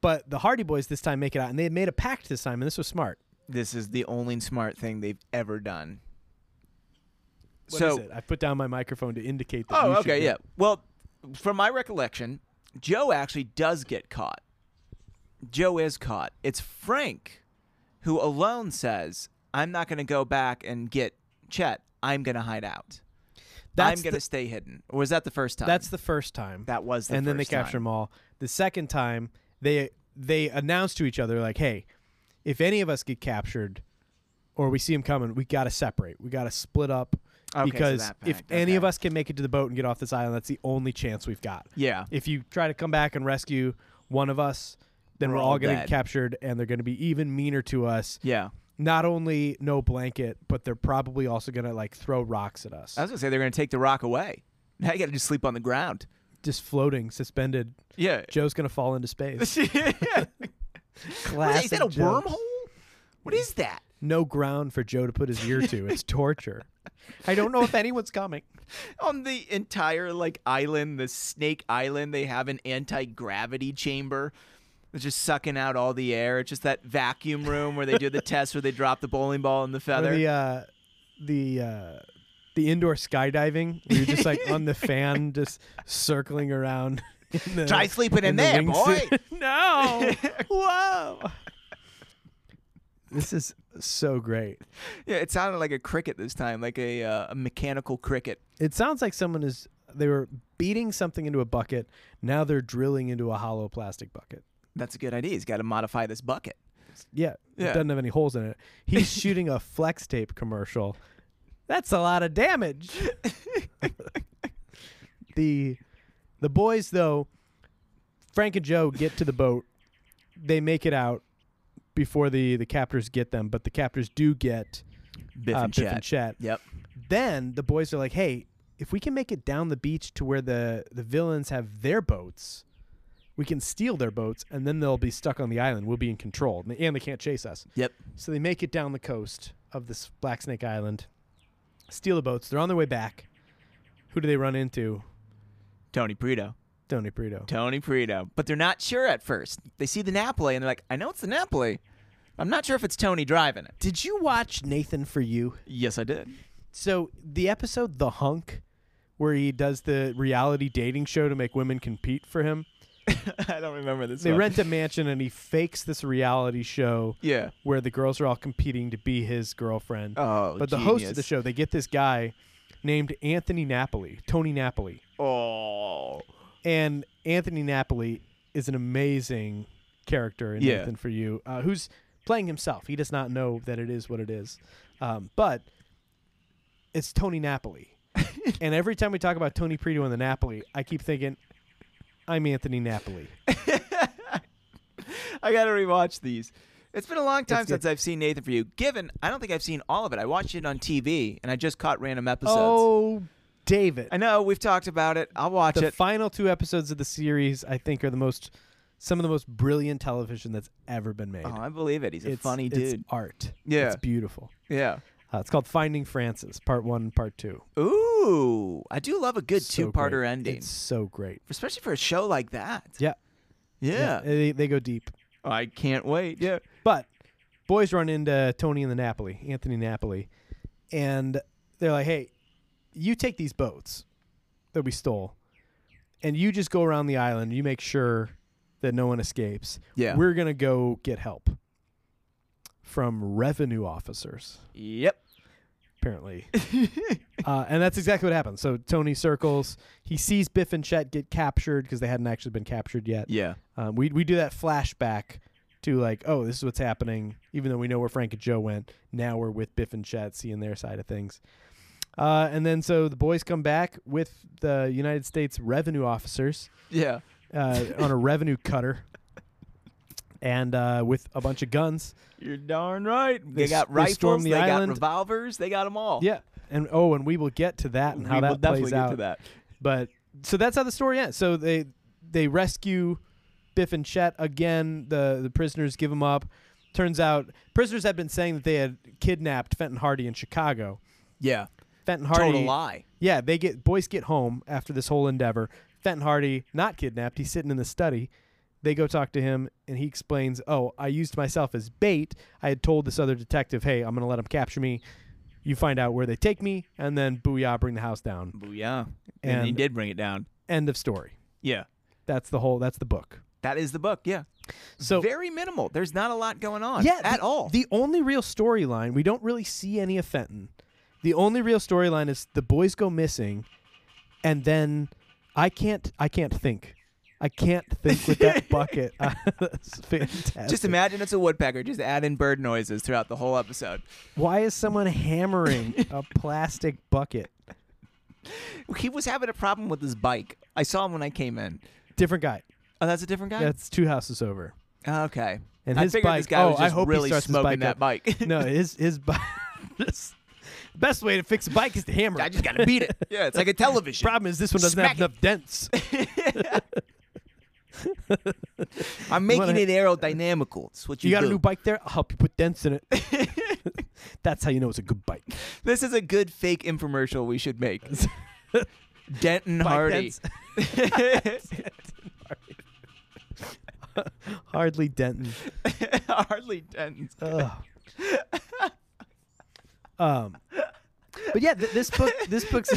Speaker 1: But the Hardy Boys this time make it out, and they had made a pact this time, and this was smart.
Speaker 2: This is the only smart thing they've ever done.
Speaker 1: What
Speaker 2: so
Speaker 1: is it? I put down my microphone to indicate that.
Speaker 2: Oh,
Speaker 1: you should
Speaker 2: okay,
Speaker 1: get-
Speaker 2: yeah. Well, from my recollection, Joe actually does get caught. Joe is caught. It's Frank who alone says, "I'm not going to go back and get Chet. I'm going to hide out.
Speaker 1: That's
Speaker 2: I'm going to
Speaker 1: the-
Speaker 2: stay hidden." Or was that the first time?
Speaker 1: That's the first time.
Speaker 2: that was the
Speaker 1: and then they
Speaker 2: first time.
Speaker 1: capture them all. The second time, they they announce to each other like, "Hey, if any of us get captured, or we see them coming, we gotta separate. We gotta split up
Speaker 2: Okay, so
Speaker 1: because
Speaker 2: that
Speaker 1: if
Speaker 2: pact,
Speaker 1: any
Speaker 2: okay.
Speaker 1: of us can make it to the boat and get off this island, that's the only chance we've got.
Speaker 2: Yeah.
Speaker 1: If you try to come back and rescue one of us, then
Speaker 2: We're
Speaker 1: we're,
Speaker 2: all
Speaker 1: all gonna
Speaker 2: dead.
Speaker 1: get captured, and they're gonna be even meaner to us.
Speaker 2: Yeah.
Speaker 1: Not only no blanket, but they're probably also gonna like throw rocks at us,
Speaker 2: I was going to say they're going to take the rock away. Now you got to just sleep on the ground.
Speaker 1: just floating, suspended.
Speaker 2: Yeah.
Speaker 1: Joe's gonna fall into space.
Speaker 2: What is, that a
Speaker 1: Classic Joe.
Speaker 2: wormhole? What is that?
Speaker 1: no ground for Joe to put his ear to. It's torture. I don't know if anyone's coming.
Speaker 2: on the entire like island, the Snake Island, they have an anti-gravity chamber. It's just sucking out all the air. It's just that vacuum room where they do the test where they drop the bowling ball and the
Speaker 1: Or
Speaker 2: feather.
Speaker 1: the uh, the uh, the indoor skydiving. Where you're just like on the fan, just circling around. in the-
Speaker 2: Try sleeping in,
Speaker 1: the
Speaker 2: there,
Speaker 1: wingsuit.
Speaker 2: boy.
Speaker 1: no. Whoa. This is so great.
Speaker 2: yeah, it sounded like a cricket this time, like a, uh, a mechanical cricket.
Speaker 1: It sounds like someone is they were beating something into a bucket. Now they're drilling into a hollow plastic bucket.
Speaker 2: That's a good idea. He's got to modify this bucket.
Speaker 1: Yeah,
Speaker 2: Yeah.
Speaker 1: It doesn't have any holes in it. He's shooting a flex tape commercial. That's a lot of damage. the the boys though, Frank and Joe get to the boat. They make it out before the the captors get them, but the captors do get
Speaker 2: Biff
Speaker 1: uh,
Speaker 2: and
Speaker 1: Biff
Speaker 2: Chet.
Speaker 1: and Chet.
Speaker 2: Yep.
Speaker 1: Then the boys are like, "Hey, if we can make it down the beach to where the the villains have their boats, we can steal their boats, and then they'll be stuck on the island. We'll be in control, and they, and they can't chase us."
Speaker 2: Yep.
Speaker 1: So they make it down the coast of this Black Snake Island, steal the boats. They're on their way back. Who do they run into?
Speaker 2: Tony Prito.
Speaker 1: Tony Prito.
Speaker 2: Tony Prito. But they're not sure at first. They see the Napoli and they're like, I know it's the Napoli. I'm not sure if it's Tony driving it.
Speaker 1: Did you watch Nathan for You?
Speaker 2: Yes, I did.
Speaker 1: So the episode The Hunk, where he does the reality dating show to make women compete for him.
Speaker 2: I don't remember this.
Speaker 1: They
Speaker 2: one.
Speaker 1: rent a mansion and he fakes this reality show
Speaker 2: Yeah.
Speaker 1: where the girls are all competing to be his girlfriend.
Speaker 2: Oh,
Speaker 1: but the host of the show, they get this guy named Anthony Napoli, Tony Napoli.
Speaker 2: Oh.
Speaker 1: And Anthony Napoli is an amazing character in
Speaker 2: Yeah.
Speaker 1: Nathan for You, uh, who's playing himself. He does not know that it is what it is. Um, but it's Tony Napoli. and every time we talk about Tony Preto and the Napoli, I keep thinking, I'm Anthony Napoli.
Speaker 2: I gotta rewatch these. It's been a long time
Speaker 1: It's good.
Speaker 2: since I've seen Nathan for You. Given, I don't think I've seen all of it. I watched it on TV, and I just caught random episodes.
Speaker 1: oh, David.
Speaker 2: I know we've talked about it. I'll watch
Speaker 1: the
Speaker 2: it.
Speaker 1: final two episodes of the series, I think, are the most some of the most brilliant television that's ever been made.
Speaker 2: oh, I believe it. He's a
Speaker 1: it's
Speaker 2: funny
Speaker 1: it's
Speaker 2: dude.
Speaker 1: art.
Speaker 2: Yeah.
Speaker 1: it's beautiful.
Speaker 2: Yeah.
Speaker 1: Uh, it's called Finding Francis, Part One, and Part Two.
Speaker 2: Ooh, I do love a good
Speaker 1: So
Speaker 2: two-parter
Speaker 1: great.
Speaker 2: ending,
Speaker 1: It's so great.
Speaker 2: especially for a show like that.
Speaker 1: Yeah.
Speaker 2: Yeah.
Speaker 1: they, they go deep.
Speaker 2: I can't wait. Yeah.
Speaker 1: But boys run into Tony and the Napoli, Anthony Napoli, and they're like, "Hey, you take these boats that we stole, and you just go around the island. You make sure that no one escapes.
Speaker 2: Yeah.
Speaker 1: We're gonna go get help from revenue officers,
Speaker 2: yep.
Speaker 1: apparently." uh, and that's exactly what happens. So Tony circles. He sees Biff and Chet get captured because they hadn't actually been captured yet.
Speaker 2: Yeah.
Speaker 1: Um, we we do that flashback to like, oh, this is what's happening. Even though we know where Frank and Joe went, now we're with Biff and Chet, seeing their side of things. Uh, and then so the boys come back with the United States revenue officers
Speaker 2: Yeah.
Speaker 1: uh, on a revenue cutter, and uh, with a bunch of guns.
Speaker 2: You're darn right. They,
Speaker 1: They
Speaker 2: got
Speaker 1: s- they
Speaker 2: rifles.
Speaker 1: storm the
Speaker 2: they
Speaker 1: island.
Speaker 2: got revolvers. They got them all.
Speaker 1: Yeah, and oh, and we will get to that and how
Speaker 2: we
Speaker 1: that
Speaker 2: will definitely
Speaker 1: plays
Speaker 2: get
Speaker 1: out.
Speaker 2: to that.
Speaker 1: But so that's how the story ends. So they they rescue Biff and Chet again. The the prisoners give them up. Turns out prisoners had been saying that they had kidnapped Fenton Hardy in Chicago.
Speaker 2: Yeah.
Speaker 1: Fenton Hardy,
Speaker 2: Total lie.
Speaker 1: yeah, they get boys get home after this whole endeavor. Fenton Hardy not kidnapped. He's sitting in the study. They go talk to him, and he explains, "Oh, I used myself as bait. I had told this other detective, hey, I'm gonna let him capture me. You find out where they take me, and then booyah, bring the house down.
Speaker 2: Booyah. And, and he
Speaker 1: And-
Speaker 2: did bring it down.
Speaker 1: End of story.
Speaker 2: Yeah.
Speaker 1: That's the whole. That's the book.
Speaker 2: That is the book. Yeah.
Speaker 1: So
Speaker 2: Very minimal. There's not a lot going on
Speaker 1: yeah,
Speaker 2: at
Speaker 1: the,
Speaker 2: all.
Speaker 1: The only real storyline we don't really see any of Fenton. The only real storyline is the boys go missing, and then I can't I can't think. I can't think with that bucket. That's fantastic.
Speaker 2: just imagine it's a woodpecker. Just add in bird noises throughout the whole episode.
Speaker 1: Why is someone hammering a plastic bucket?
Speaker 2: He was having a problem with his bike. I saw him when I came in.
Speaker 1: Different guy.
Speaker 2: Oh, that's a different guy?
Speaker 1: That's two houses over.
Speaker 2: Okay.
Speaker 1: And
Speaker 2: I
Speaker 1: his
Speaker 2: figured
Speaker 1: bike.
Speaker 2: this guy
Speaker 1: oh,
Speaker 2: was
Speaker 1: I
Speaker 2: just
Speaker 1: hope he
Speaker 2: really
Speaker 1: starts his
Speaker 2: smoking
Speaker 1: bike
Speaker 2: that
Speaker 1: up.
Speaker 2: bike.
Speaker 1: no, his his bike. just, best way to fix a bike is to hammer.
Speaker 2: I
Speaker 1: it.
Speaker 2: just gotta beat it. Yeah, it's like a television.
Speaker 1: Problem is this one doesn't have
Speaker 2: Smack
Speaker 1: enough dents.
Speaker 2: I'm
Speaker 1: You
Speaker 2: making
Speaker 1: wanna-
Speaker 2: it aerodynamical. It's what you,
Speaker 1: You got
Speaker 2: do.
Speaker 1: a new bike there? I'll help you put dents in it. That's how you know it's a good bike.
Speaker 2: This is a good fake infomercial we should make. Denton
Speaker 1: Bike
Speaker 2: Hardy.
Speaker 1: dents. Hardly Denton.
Speaker 2: Hardly Denton's.
Speaker 1: Ugh. um, but yeah, th- this book, this book's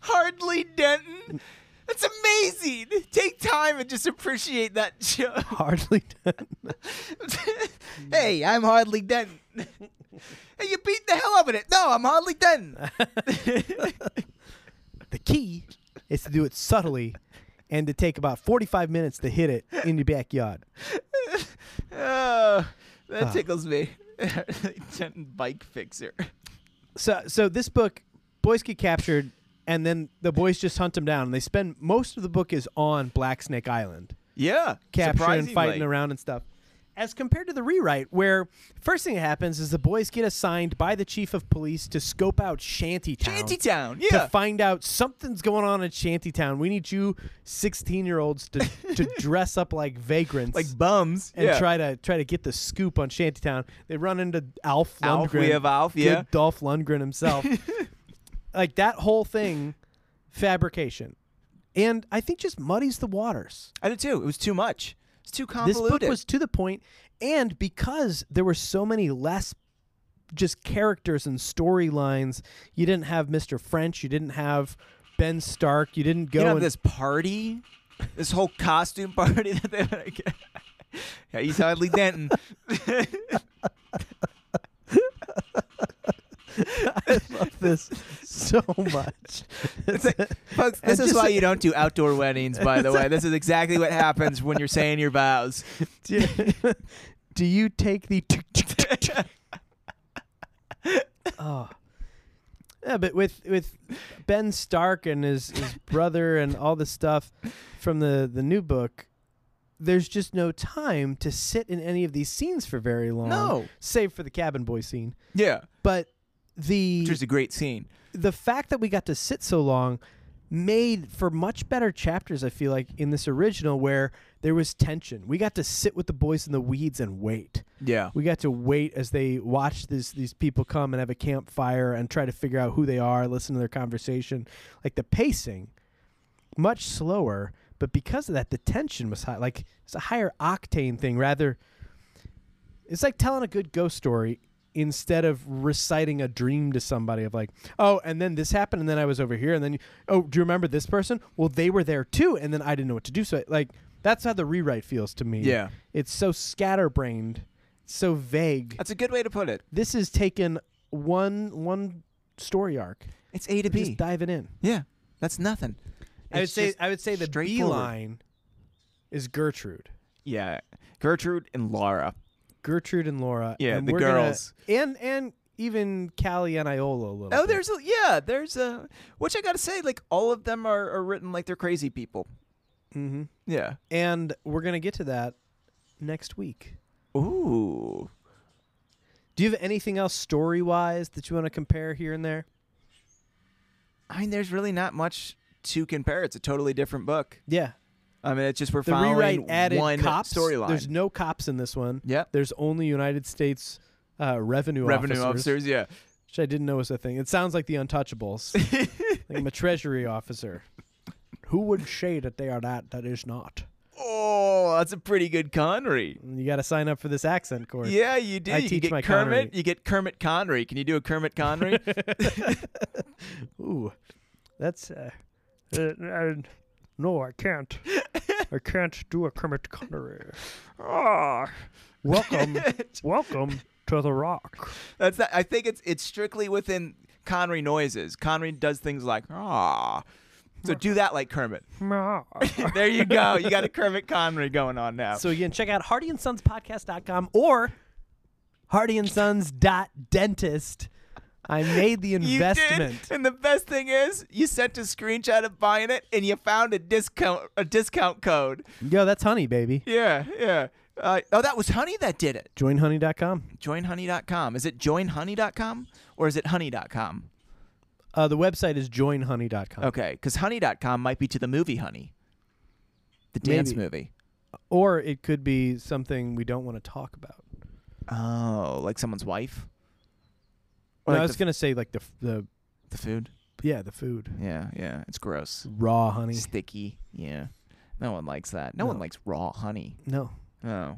Speaker 2: Hardly Denton. That's amazing. Take time and just appreciate that show.
Speaker 1: hardly Denton.
Speaker 2: hey, I'm Hardly Denton. hey, you beat the hell out of it. No, I'm Hardly Denton.
Speaker 1: The key is to do it subtly, and to take about forty-five minutes to hit it in your backyard.
Speaker 2: oh, that
Speaker 1: Ah.
Speaker 2: tickles me. Denton bike fixer.
Speaker 1: So, so this book, boys get captured, and then the boys just hunt them down. And they spend most of the book is on Black Snake Island.
Speaker 2: Yeah,
Speaker 1: capturing, fighting
Speaker 2: surprisingly.
Speaker 1: around and stuff. As compared to the rewrite, where first thing that happens is the boys get assigned by the chief of police to scope out Shantytown.
Speaker 2: Shantytown,
Speaker 1: To
Speaker 2: yeah.
Speaker 1: find out something's going on in Shantytown. We need you 16 year olds to, to dress up like vagrants.
Speaker 2: like bums.
Speaker 1: and
Speaker 2: yeah.
Speaker 1: try to try to get the scoop on Shantytown. They run into Alf Lundgren.
Speaker 2: Alf, we have Alf,
Speaker 1: good
Speaker 2: yeah.
Speaker 1: Dolph Lundgren himself. like that whole thing, fabrication. And I think just muddies the waters.
Speaker 2: I did too. It was too much. It's too
Speaker 1: this
Speaker 2: convoluted.
Speaker 1: book was to the point and because there were so many less just characters and storylines you didn't have mr french you didn't have ben stark you didn't go
Speaker 2: you know
Speaker 1: and
Speaker 2: this party, this whole costume party that they were like, yeah, he's hardly Denton.
Speaker 1: love this so much
Speaker 2: It's like, folks,
Speaker 1: And
Speaker 2: this is
Speaker 1: just-
Speaker 2: why you don't do outdoor weddings. By the way, this is exactly what happens when you're saying your vows.
Speaker 1: do, you, do you take the oh yeah but with with ben stark and his, his brother and all the stuff from the the new book there's just no time to sit in any of these scenes for very long
Speaker 2: No.
Speaker 1: save for the cabin boy scene
Speaker 2: Yeah,
Speaker 1: but the
Speaker 2: which is a great scene.
Speaker 1: the fact that we got to sit so long made for much better chapters i feel like in this original where there was tension we got to sit with the boys in the weeds and wait
Speaker 2: Yeah,
Speaker 1: we got to wait as they watch this these people come and have a campfire and try to figure out who they are listen to their conversation like the pacing much slower but because of that the tension was high like it's a higher octane thing rather it's like telling a good ghost story instead of reciting a dream to somebody of like oh and then this happened and then i was over here and then you, oh do you remember this person well they were there too and then i didn't know what to do so like that's how the rewrite feels to me
Speaker 2: yeah.
Speaker 1: it's so scatterbrained, so vague.
Speaker 2: That's a good way to put it.
Speaker 1: This is taken one one story arc.
Speaker 2: It's A to
Speaker 1: We're
Speaker 2: B.
Speaker 1: Just diving in.
Speaker 2: yeah, that's nothing.
Speaker 1: I would
Speaker 2: It's
Speaker 1: say
Speaker 2: just
Speaker 1: I would say the B
Speaker 2: straightforward.
Speaker 1: line is Gertrude.
Speaker 2: Yeah, Gertrude and Laura.
Speaker 1: Gertrude and Laura.
Speaker 2: Yeah,
Speaker 1: and
Speaker 2: the
Speaker 1: we're gonna-
Speaker 2: girls.
Speaker 1: and and even Callie and Iola a little.
Speaker 2: Oh,
Speaker 1: bit.
Speaker 2: there's a yeah, there's a which I gotta say, like all of them are, are written like they're crazy people.
Speaker 1: hmm
Speaker 2: Yeah.
Speaker 1: And we're gonna get to that next week.
Speaker 2: Ooh.
Speaker 1: Do you have anything else story wise that you want to compare here and there?
Speaker 2: I mean, there's really not much to compare. It's a totally different book.
Speaker 1: Yeah,
Speaker 2: I mean, it's just we're
Speaker 1: the
Speaker 2: following
Speaker 1: rewrite added
Speaker 2: one
Speaker 1: cops. There's
Speaker 2: storyline.
Speaker 1: no cops in this one.
Speaker 2: Yep.
Speaker 1: There's only United States uh, revenue,
Speaker 2: Revenue
Speaker 1: officers,
Speaker 2: officers. yeah.
Speaker 1: which I didn't know was a thing. It sounds like the Untouchables. like I'm a treasury officer. Who would say that they are that? That is not.
Speaker 2: Oh, that's a pretty good Connery.
Speaker 1: You got to sign up for this accent course.
Speaker 2: Yeah, you do.
Speaker 1: I
Speaker 2: you
Speaker 1: teach
Speaker 2: get
Speaker 1: my
Speaker 2: Kermit.
Speaker 1: Connery.
Speaker 2: You get Kermit Connery. Can you do a Kermit Connery?
Speaker 1: Ooh, that's. Uh, uh, uh, no, I can't. I can't do a Kermit Connery.
Speaker 2: Ah.
Speaker 1: Welcome, welcome to the Rock.
Speaker 2: That's not, I think it's it's strictly within Connery noises. Connery does things like ah. So do that like Kermit. there you go. You got a Kermit Connery going on now.
Speaker 1: So again, check out hardyandsonspodcast.com or hardyandSons.dentist. I made the
Speaker 2: you
Speaker 1: investment.
Speaker 2: Did, and the best thing is, you sent a screenshot of buying it, and you found a discount a discount code.
Speaker 1: Yo, that's honey, baby.
Speaker 2: Yeah, yeah. Uh, oh, that was Honey that did it.
Speaker 1: Joinhoney.com.
Speaker 2: Joinhoney.com. Is it joinhoney.com or is it honey.com?
Speaker 1: Uh, the website is joinhoney.com.
Speaker 2: Okay, because honey.com might be to the movie Honey, the dance
Speaker 1: Maybe.
Speaker 2: movie.
Speaker 1: Or it could be something we don't want to talk about.
Speaker 2: Oh, like someone's wife.
Speaker 1: No,
Speaker 2: Or like
Speaker 1: I was
Speaker 2: the,
Speaker 1: going to say like the f- the
Speaker 2: the food.
Speaker 1: yeah, the food.
Speaker 2: Yeah, yeah. It's gross.
Speaker 1: Raw honey.
Speaker 2: Sticky. Yeah. No one likes that. No, one
Speaker 1: No.
Speaker 2: likes raw honey.
Speaker 1: No.
Speaker 2: Oh.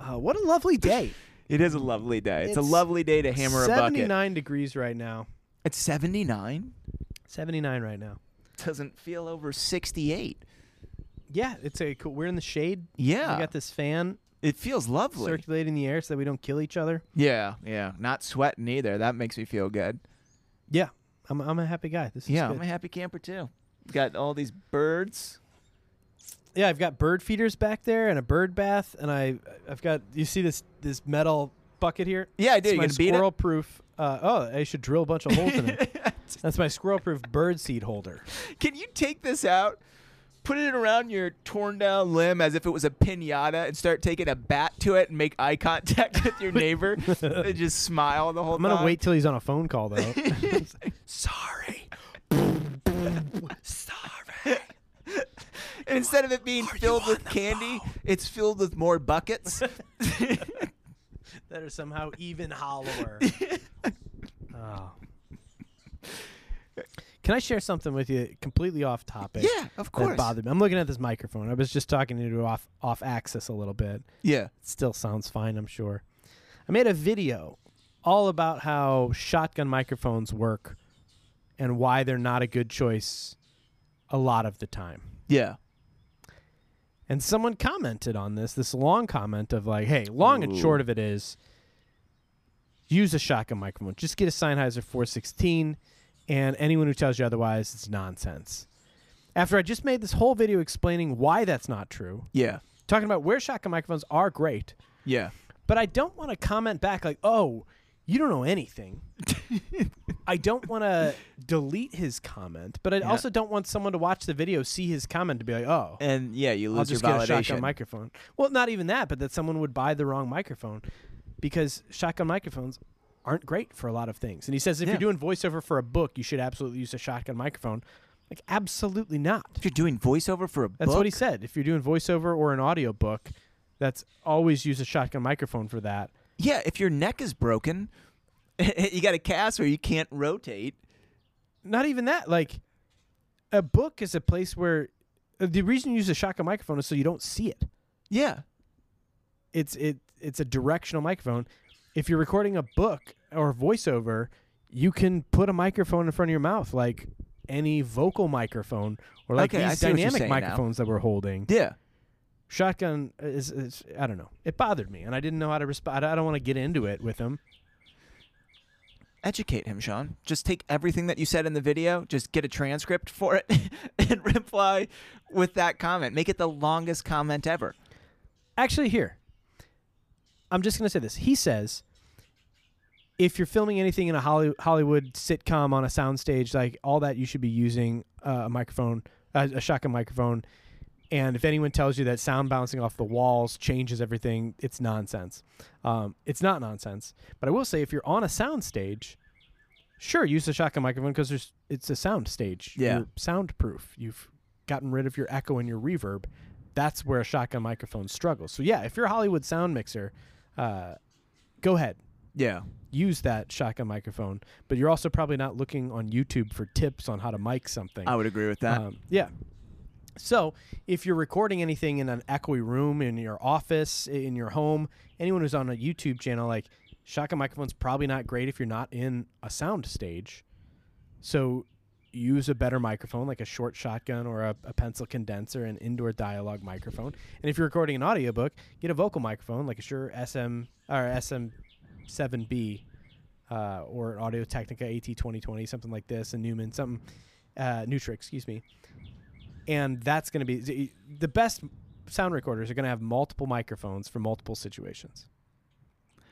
Speaker 1: Uh, what a lovely day.
Speaker 2: It is a lovely day. It's, a
Speaker 1: It's
Speaker 2: lovely day to hammer a bucket.
Speaker 1: 79 degrees right now.
Speaker 2: It's 79?
Speaker 1: 79 right now.
Speaker 2: Doesn't feel over 68.
Speaker 1: Yeah, it's a cool. We're in the shade.
Speaker 2: Yeah.
Speaker 1: We got this fan
Speaker 2: it feels lovely.
Speaker 1: circulating the air so that we don't kill each other.
Speaker 2: yeah, yeah. Not sweating either. That makes me feel good.
Speaker 1: Yeah, I'm, I'm a happy guy. This is
Speaker 2: yeah, I'm
Speaker 1: good.
Speaker 2: a happy camper too. Got all these birds.
Speaker 1: yeah. I've got bird feeders back there and a bird bath, and I I've got you see this this metal bucket here.
Speaker 2: Yeah, I do.
Speaker 1: It's
Speaker 2: You
Speaker 1: my
Speaker 2: gonna beat
Speaker 1: squirrel proof. Uh, oh, I should drill a bunch of holes in it. That's my squirrel proof bird seed holder.
Speaker 2: it? Can you take this out? Put it around your torn down limb as if it was a pinata and start taking a bat to it and make eye contact with your neighbor and just smile the whole
Speaker 1: I'm
Speaker 2: time.
Speaker 1: gonna wait till he's on a phone call though.
Speaker 2: Sorry. Sorry. And instead of it being filled with candy, it's filled with more buckets.
Speaker 1: that are somehow even hollower. oh. Ah. Can I share something with you completely off topic?
Speaker 2: Yeah, of course.
Speaker 1: That bothered me. I'm looking at this microphone. I was just talking to you off off axis a little bit.
Speaker 2: yeah.
Speaker 1: It still sounds fine, I'm sure. I made a video all about how shotgun microphones work and why they're not a good choice a lot of the time.
Speaker 2: Yeah.
Speaker 1: And someone commented on this, this long comment of like, hey, long and
Speaker 2: Ooh.
Speaker 1: short of it is use a shotgun microphone. Just get a Sennheiser 416, and anyone who tells you otherwise, it's nonsense. After I just made this whole video explaining why that's not true,
Speaker 2: Yeah.
Speaker 1: talking about where shotgun microphones are great,
Speaker 2: Yeah.
Speaker 1: but I don't want to comment back like, "Oh, you don't know anything." I don't want to delete his comment, but I
Speaker 2: Yeah.
Speaker 1: also don't want someone to watch the video, see his comment, to be like, "Oh,
Speaker 2: And yeah, you
Speaker 1: I'll
Speaker 2: lose your
Speaker 1: just get a
Speaker 2: validation.
Speaker 1: shotgun microphone." Well, not even that, but that someone would buy the wrong microphone because shotgun microphones aren't great for a lot of things. And he says if
Speaker 2: Yeah.
Speaker 1: you're doing voiceover for a book, you should absolutely use a shotgun microphone. Like, absolutely not.
Speaker 2: if you're doing voiceover for a
Speaker 1: That's
Speaker 2: book,
Speaker 1: what he said. If you're doing voiceover or an audio book, that's always use a shotgun microphone for that.
Speaker 2: yeah. If your neck is broken, you got a cast where you can't rotate.
Speaker 1: not even that. Like a book is a place where uh, the reason you use a shotgun microphone is so you don't see it.
Speaker 2: Yeah.
Speaker 1: It's it it's a directional microphone. If you're recording a book or voiceover, you can put a microphone in front of your mouth, like any vocal microphone or like
Speaker 2: Okay, I
Speaker 1: these
Speaker 2: see what you're
Speaker 1: dynamic
Speaker 2: saying now.
Speaker 1: microphones that we're holding.
Speaker 2: Yeah.
Speaker 1: Shotgun is, is I don't know. It bothered me, and I didn't know how to respond. I don't want to get into it with him.
Speaker 2: Educate him, Sean. Just take everything that you said in the video, just get a transcript for it, and reply with that comment. Make it the longest comment ever.
Speaker 1: Actually, here. I'm just going to say this. He says if you're filming anything in a Holly- Hollywood sitcom on a soundstage, like all that, you should be using uh, a microphone, uh, a shotgun microphone. And if anyone tells you that sound bouncing off the walls changes everything, it's nonsense. Um, it's not nonsense. But I will say, if you're on a soundstage, sure, use the shotgun microphone because there's it's a sound stage.
Speaker 2: Yeah.
Speaker 1: You're soundproof. You've gotten rid of your echo and your reverb. That's where a shotgun microphone struggles. So yeah, if you're a Hollywood sound mixer, uh, go ahead
Speaker 2: Yeah.
Speaker 1: use that shotgun microphone. But you're also probably not looking on YouTube for tips on how to mic something.
Speaker 2: I would agree with that.
Speaker 1: Um, yeah. So if you're recording anything in an echoey room, in your office, i- in your home, anyone who's on a YouTube channel, like shotgun microphone's probably not great if you're not in a sound stage. So use a better microphone, like a short shotgun or a, a pencil condenser, an indoor dialogue microphone. And if you're recording an audiobook, get a vocal microphone, like a Shure SM or SM7B uh, or Audio Technica AT2020, something like this, a Newman, something, uh, Nutra, excuse me. And that's going to be the best sound recorders are going to have multiple microphones for multiple situations.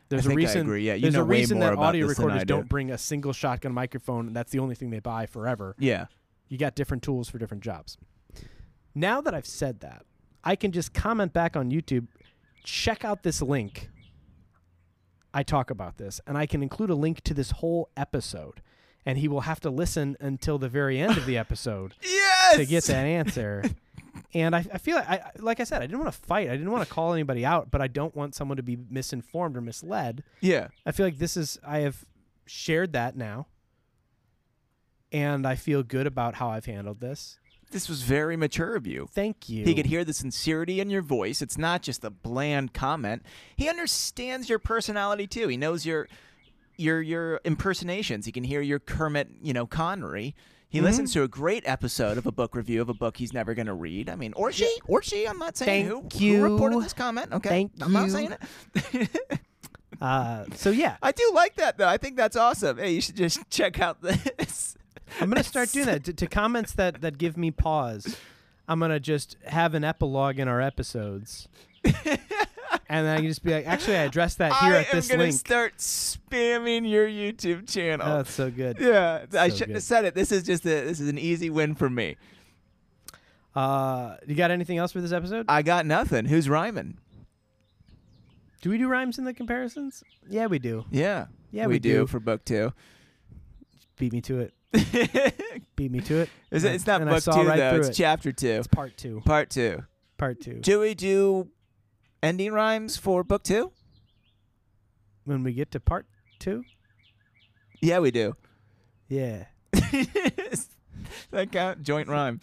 Speaker 1: There's a
Speaker 2: think I
Speaker 1: reason.
Speaker 2: agree. Yeah, you
Speaker 1: there's
Speaker 2: know
Speaker 1: a
Speaker 2: way
Speaker 1: reason
Speaker 2: more
Speaker 1: that
Speaker 2: about
Speaker 1: audio
Speaker 2: this than I
Speaker 1: recorders
Speaker 2: do.
Speaker 1: don't bring a single shotgun microphone. That's the only thing they buy forever
Speaker 2: yeah.
Speaker 1: you got different tools for different jobs. Now that I've said that, I can just comment back on YouTube, check out this link. I talk about this, and I can include a link to this whole episode. And he will have to listen until the very end of the episode
Speaker 2: Yes.
Speaker 1: to get that answer. And I, I feel like, I, like I said, I didn't want to fight. I didn't want to call anybody out, but I don't want someone to be misinformed or misled.
Speaker 2: Yeah.
Speaker 1: I feel like this is I have shared that now. And I feel good about how I've handled this.
Speaker 2: This was very mature of you.
Speaker 1: Thank you.
Speaker 2: He could hear the sincerity in your voice. It's not just a bland comment. He understands your personality too. He knows your your your impersonations. He can hear your Kermit, you know, Connery.
Speaker 1: Mm-hmm.
Speaker 2: He listens to a great episode of a book review of a book he's never going to read. I mean, or she, or she. I'm not saying
Speaker 1: Thank
Speaker 2: who, who reported
Speaker 1: you.
Speaker 2: this comment. Okay,
Speaker 1: Thank
Speaker 2: I'm not
Speaker 1: you.
Speaker 2: saying it.
Speaker 1: uh, so yeah,
Speaker 2: I do like that though. I think that's awesome. Hey, you should just check out this.
Speaker 1: I'm gonna start doing that to, to comments that that give me pause. I'm gonna just have an epilogue in our episodes, and I can just be like, actually, I addressed that here
Speaker 2: I
Speaker 1: at
Speaker 2: am
Speaker 1: this
Speaker 2: gonna
Speaker 1: link.
Speaker 2: start spamming your YouTube channel.
Speaker 1: oh, that's so good.
Speaker 2: Yeah, th- I
Speaker 1: So
Speaker 2: shouldn't
Speaker 1: good.
Speaker 2: have said it. This is just a this is an easy win for me.
Speaker 1: Uh, you got anything else for this episode?
Speaker 2: I got nothing. Who's rhyming?
Speaker 1: do we do rhymes in the comparisons? Yeah, we do.
Speaker 2: Yeah,
Speaker 1: Yeah,
Speaker 2: we,
Speaker 1: we
Speaker 2: do.
Speaker 1: do.
Speaker 2: for book two.
Speaker 1: Beat me to it.
Speaker 2: it's,
Speaker 1: Beat me to it. And-
Speaker 2: it's not
Speaker 1: and I
Speaker 2: book two
Speaker 1: saw right
Speaker 2: though.
Speaker 1: through
Speaker 2: It's
Speaker 1: it.
Speaker 2: chapter two,
Speaker 1: It's part two.
Speaker 2: part two.
Speaker 1: Part two.
Speaker 2: Do we do ending rhymes for book two?
Speaker 1: When we get to part two,
Speaker 2: Yeah, we do.
Speaker 1: yeah.
Speaker 2: that count? Joint rhyme.